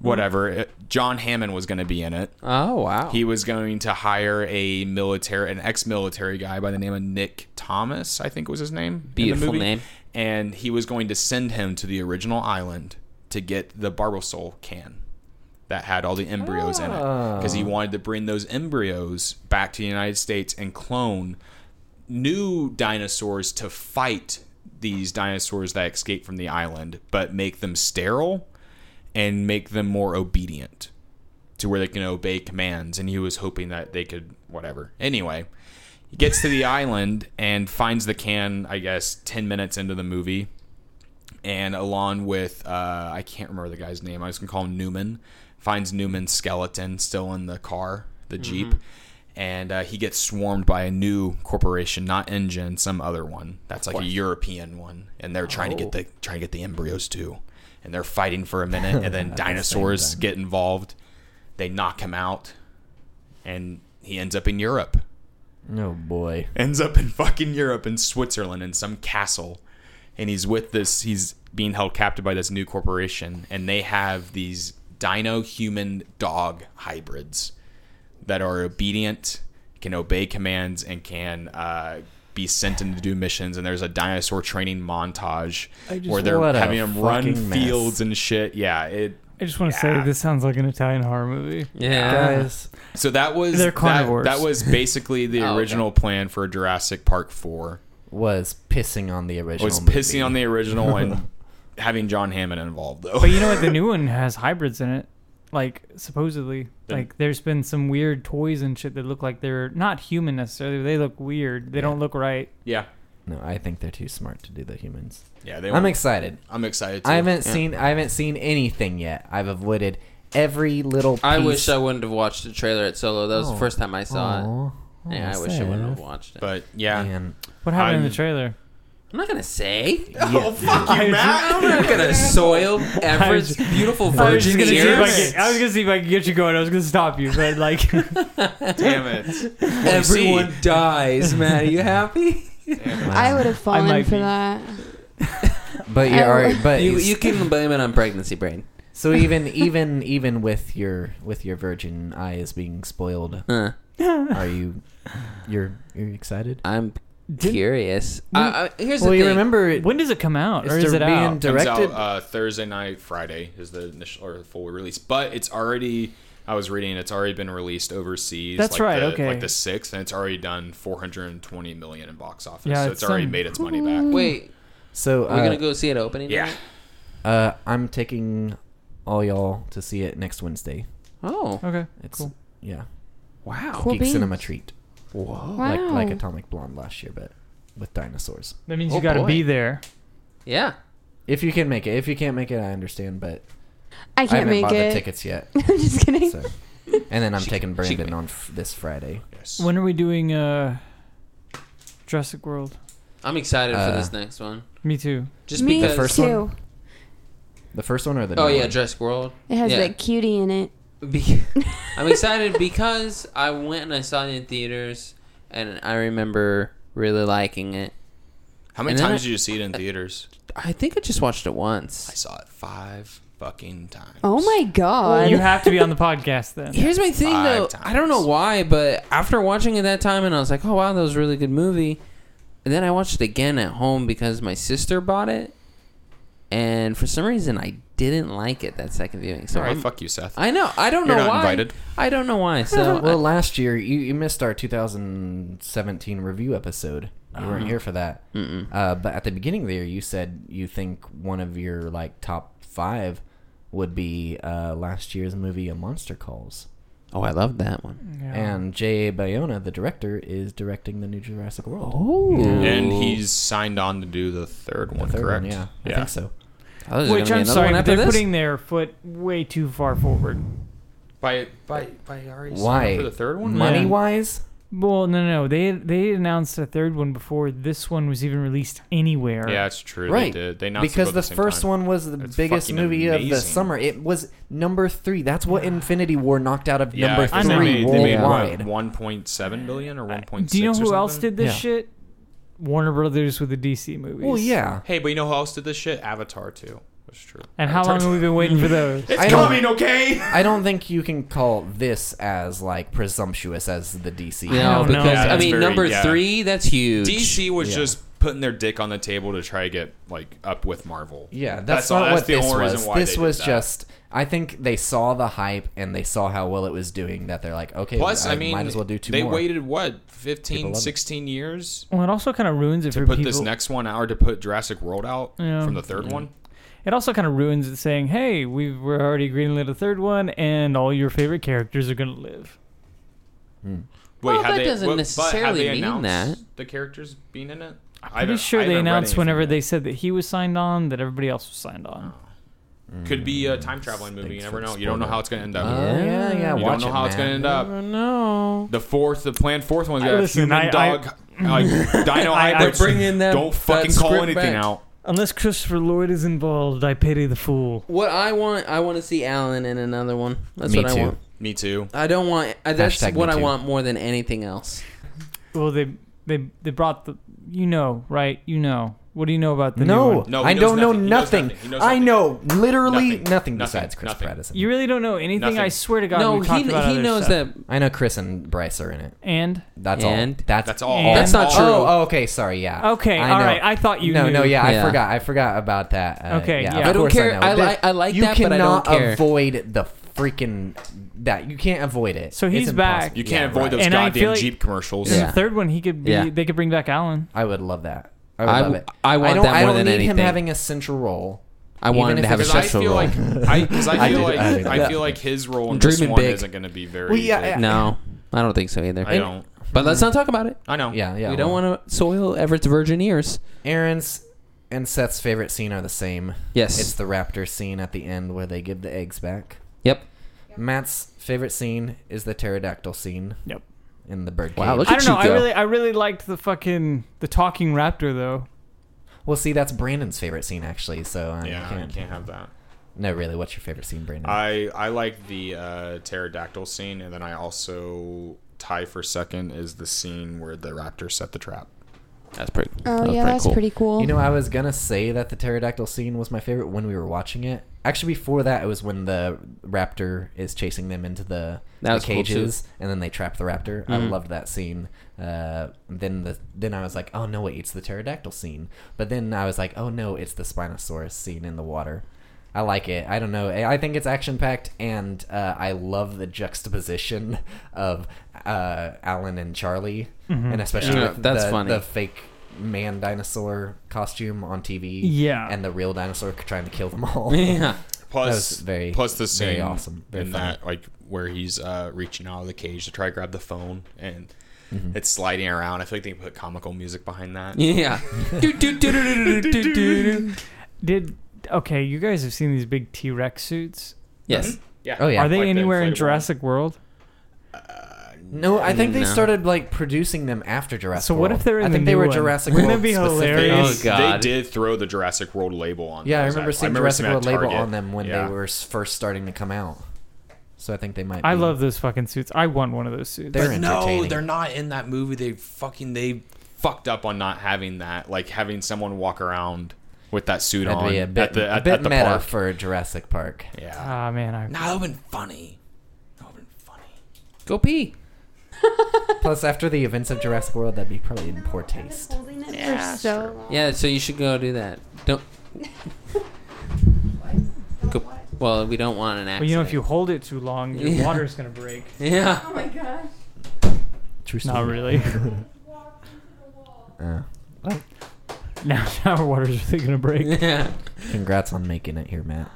whatever." It- John Hammond was gonna be in it. Oh wow. He was going to hire a military, an ex-military guy by the name of Nick Thomas, I think was his name. in the Beautiful movie. name. And he was going to send him to the original island to get the Barbasol can that had all the embryos in it because Ah. he wanted to bring those embryos back to the United States and clone new dinosaurs to fight these dinosaurs that escape from the island, but make them sterile and make them more obedient to where they can obey commands. And he was hoping that they could, whatever. Anyway, he gets to the island and finds the can, I guess, 10 minutes into the movie. And along with, uh, I can't remember the guy's name, I was going to call him Newman, finds Newman's skeleton still in the car, the Jeep. And uh, he gets swarmed by a new corporation, not Engine, some other one. That's like a European one, and they're trying to get the trying to get the embryos too. And they're fighting for a minute, and then dinosaurs get involved. They knock him out, and he ends up in Europe Oh boy. ends up in fucking Europe in Switzerland in some castle and he's with this he's being held captive by this new corporation and they have these dino human dog hybrids that are obedient can obey commands and can uh, be sent in to do missions and there's a dinosaur training montage where they're what a having them run fucking mess. fields and shit yeah it I just want to Yeah. say this sounds like an Italian horror movie. Yeah. so that was They're that- carnivores. That, was basically the Oh, okay. original plan for Jurassic Park 4 was pissing on the original. was movie. pissing on the original and having John Hammond involved though. But you know what? The new one has hybrids in it. Like supposedly, like there's been some weird toys and shit that look like they're not human necessarily. But they look weird. They don't look right. yeah, No, I think they're too smart to do the humans. yeah. They I'm were- excited. I'm excited. Too. I haven't seen I haven't seen anything yet. I've avoided every little. Piece. I wish I wouldn't have watched the trailer at Solo. That was the Oh. first time I saw it. Aw, Yeah, I aw, wish I wouldn't have Seth. watched it. But yeah, Man, What happened in I'm- the trailer? I'm not gonna say. oh fuck you, Matt. I'm not gonna soil Everett's beautiful I was, just virgin gonna see if I, ears. could, I was gonna see if I could get you going. I was gonna stop you, but like, Damn it. Everyone dies, man. Are you happy? I would have fallen might for be. that. but you're Oh. already, but You you can blame it on pregnancy brain. so even even even with your with your virgin eyes being spoiled, Huh. are you you're you're excited? I'm Didn't- curious. I, I, Uh, here's Well, the you thing. remember it, when does it come out, It's or is dir- it out? being directed. Comes out uh, Thursday night, Friday is the initial or full release, but it's already. I was reading; it's already been released overseas. That's like right, The, okay. Like the sixth, and it's already done 420 million in box office. Yeah, so it's it's, already some- made its money back. Wait, so are we uh, gonna go see it opening? Yeah. night? uh, I'm taking all y'all to see it next Wednesday. Oh. okay, It's cool. yeah, Wow. Cool geek beans. cinema treat. Whoa. Wow. Like like Atomic Blonde last year, but with dinosaurs. That means Oh, you gotta boy. be there. Yeah. If you can make it, if you can't make it, I understand. But I I can't haven't make bought the it. tickets yet. I'm just kidding. So, and then I'm She- taking she can Brandon make on f- this Friday. Yes. When are we doing uh, Jurassic World? I'm excited Uh, for this next one. Me too. Just Me because. The first too. The first one or the oh new yeah, one? Jurassic World. It has Yeah. that cutie in it. Be- I'm excited because I went and I saw it in theaters, and I remember really liking it. How many and then times I- did you see it in theaters? I think I just watched it I once. saw it five fucking times. Oh my god. You have to be on the podcast then. Here's my thing Five though. I don't know times. why, but after watching it that time, and I was like, "Oh wow, that was a really good movie," and then I watched it again at home because my sister bought it, and for some reason I didn't like it that second viewing. So All right, I'm- fuck you, Seth. I know. I don't You're know not why. invited. I don't know why. So well, last year you, you missed our 2017 review episode. You Ah. weren't here for that. Uh, but at the beginning of the year, you said you think one of your like top five would be uh, last year's movie, A Monster Calls. oh, I loved that one. Yeah. And J.A. Bayona, the director, is directing the new Jurassic World. Ooh. And he's signed on to do the third The one, third Oh, correct? one, yeah, I think so. Oh, there's Which gonna be I'm another sorry, one but after they're this? putting their foot way too far forward. By by by Ari Why? for the third one? Money Yeah. wise, Well, no, no, no. They they announced a third one before this one was even released anywhere. Yeah, it's true. right? They did. They announced because it the, both at the first one was the It's biggest fucking movie of the amazing. summer. It was number three. That's what Infinity War knocked out of Yeah, number I think know. three they made, they made worldwide. what, 1.7 billion or 1.6 Do you know or who else something? did this Yeah. shit? Warner Brothers with the DC movies. well, yeah. Hey, but you know who else did this shit? Avatar too. That's true. And how long have we been waiting for those? I It's don't- coming, okay? I don't think you can call this as like presumptuous as the DC. I No, don't know. because Yeah, I that's mean, very- number yeah. three, that's huge. DC was Yeah. just putting their dick on the table to try to get like up with Marvel. Yeah, that's, all- not that's what the this only was. reason why this they was did that. just. I think they saw the hype and they saw how well it was doing. That they're like, okay, Plus, I, I, mean, might as well do two they more. waited what People 15, love it. 16 years Well, it also kind of ruins it to for put people. this next one out or to put Jurassic World out Yeah. from the third one. It also kind of ruins it saying, "Hey, we we're already greenlit a third one, and all your favorite characters are gonna live." Well, had that doesn't but- but had necessarily they mean announced The characters being in it. I'm Pretty sure they announced whenever they said that he was signed on that everybody else was signed on. could be a time traveling movie. You Thanks never for know. the You don't know how it's gonna end Uh, up. yeah, yeah. you watch don't know it, how it's gonna man. end up. No. The fourth, the planned fourth one's got Listen, a I- human I- dog, like dino I- I- hybrids. They're bringing that- Don't that fucking call script anything back. out. Unless Christopher Lloyd is involved, I pity the fool. What I want, I want to see Alan in another one. That's Me what I too. want. Me too. I don't want. I, that's Hashtag me what I too. want more than anything else. Well, they they they brought the you know right you know what do you know about the new No, one? No, he I knows don't know nothing. He knows nothing. nothing. He knows I nothing. know literally Nothing. nothing, Nothing. besides Chris Nothing. Pratt. Is in You it. really don't know anything. Nothing. I swear to God, no, we've talked he about he other knows stuff. that. I know Chris and Bryce are in it. And That's And? all. That's, That's all. And- That's not true. Oh, oh, okay. Sorry. Yeah. Okay, I all know. right, I thought you No, knew. no. Yeah, Yeah. I forgot. I forgot about that. Uh, Okay, Yeah. yeah. of I don't course care. know. I That- li- I like you that, but I don't cannot care. Avoid the freaking that. You can't avoid it. So It's he's back. impossible. You can't Yeah, avoid right. those And I feel goddamn like- Jeep commercials. in Yeah. the third one he could be Yeah. they could bring back Alan. I would love that. I would I- love it. I want don't, that I more don't than need him anything. having a central role. I want Even him to if have a it's- Because I sexual feel role. like, I, cause I I feel did- like, I did I, that. feel like his role in Dreaming this one big. isn't going to be very. Well, yeah, big. yeah. no, I don't think so either. I don't. But let's not talk about it. I know. Yeah, yeah. we don't well, want to soil Everett's virgin ears. Aaron's and Seth's favorite scene are the same. Yes. It's the raptor scene at the end where they give the eggs back. Yep. Matt's favorite scene is the pterodactyl scene Yep. in the bird cage. Wow, look I at don't know. you I go. really I really liked the fucking the talking raptor though. Well, see, that's Brandon's favorite scene actually. So uh, Yeah, you I can't, can't have that. No, really. What's your favorite scene, Brandon? I I like the uh, pterodactyl scene, and then I also tie for second is the scene where the raptor set the trap. That's pretty. Oh yeah, that's pretty cool. you know, I was gonna say that the pterodactyl scene was my favorite when we were watching it. Actually, before that, it was when the raptor is chasing them into the, That the was cool, too. cages, and then they trap the raptor. I Mhm. loved that scene. Uh, then the then I was like, oh no, wait, it's the pterodactyl scene. But then I was like, oh no, it's the spinosaurus scene in the water. I like it. I don't know. I I think it's action packed, and uh, I love the juxtaposition of uh, Alan and Charlie, and especially Yeah, with that's the, funny. the fake man dinosaur costume on TV. Yeah. And the real dinosaur trying to kill them all. Yeah. Plus, was very- plus the scene very awesome, very in funny. that like where he's uh, reaching out of the cage to try to grab the phone, and Mm-hmm. it's sliding around. I feel like they put comical music behind that. Yeah. Do, do, do, do, do, do, do, do. Did okay, you guys have seen these big T Rex suits. Yes. Yeah. Oh, yeah. Are they Like the anywhere in inflatable Jurassic World? No, I think they No. started like producing them after Jurassic. So what World. if they're in I the think they new were one? Jurassic Wouldn't World that be specific. hilarious? Oh, God. They did throw the Jurassic World label on. Yeah, I those. remember seeing remember Jurassic seeing World that label Target. on them when Yeah. they were s- first starting to come out. So I think they might. I Mm. be. love those fucking suits. I want one of those suits. They're But no, entertaining. they're not in that movie. They fucking they fucked up on not having that. Like having someone walk around with that suit That'd on be a bit, at the at, a bit at the meta park. for Jurassic Park. yeah. Ah man, I Nah, that would've been funny. That would've been funny. Go pee. Plus, after the events of Jurassic World, that'd be probably in poor taste. Holding it for so long. Yeah. So you should go do that. Don't. Go, well, we don't want an accident. well, you know, if you hold it too long, your Yeah. water's gonna break. Yeah. Oh my gosh. True Not really. Uh, now, now our water's really gonna break. Yeah. congrats on making it here, Matt.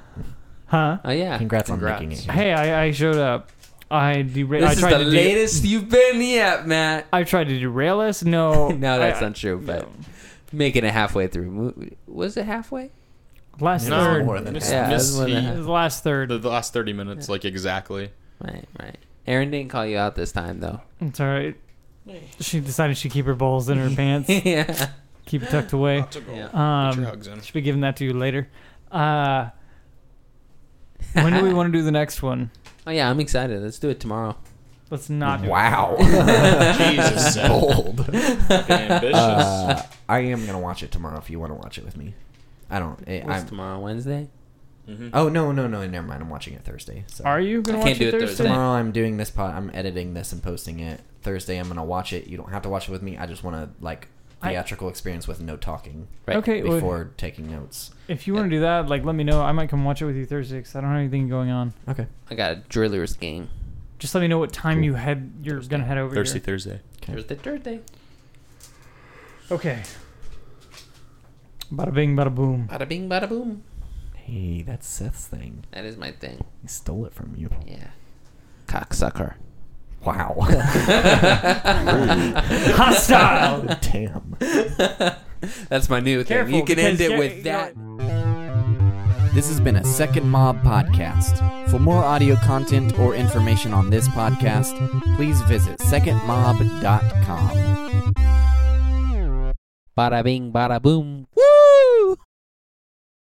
Huh? Oh yeah. Congrats, Congrats. on making it. Here. Hey, I, I showed up. I dera- This I is tried to the de- latest you've been yet, Matt. I tried to derail us. No, No, that's I- not true. But making it halfway through. Mo- Was it halfway? Last No. third. more than Miss- that. Yeah, miss that's more than the- It was the last third. the, the last thirty minutes, like exactly. Right. Right. Aaron didn't call you out this time though. It's all right. She decided she'd keep her bowls in her pants, yeah. keep it tucked away. Yeah. Put your Um, hugs in. should be giving that to you later. Uh, when do we want to do the next one? Oh yeah, I'm excited. Let's do it tomorrow. Let's not. do it. Wow. Jesus, Seth. Bold. ambitious. Uh, I am gonna watch it tomorrow if you want to watch it with me. I don't. I, What's I'm, tomorrow? Wednesday. oh no no no! Never mind. I'm watching it Thursday. So. Are you gonna I watch can't do it Thursday. Tomorrow I'm doing this pod. I'm editing this and posting it. Thursday I'm gonna watch it. You don't have to watch it with me. I just want to like I- theatrical experience with no talking Right. Okay. well, before taking notes. if you want to do that, like, let me know. I might come watch it with you Thursday because I don't have anything going on. Okay. I got a drillers game. Just let me know what time you head. You're gonna head over. Thirsty Thursday. Thursday, Thursday. Here. Okay. Bada bing, bada boom. Bada bing, bada boom. Hey, that's Seth's thing. That is my thing. He stole it from you. Yeah. Cocksucker. Wow. Hostile. Damn. That's my new thing. You can end it with that. This has been a Second Mob podcast. For more audio content or information on this podcast, please visit secondmob.com. Bada bing, bada boom.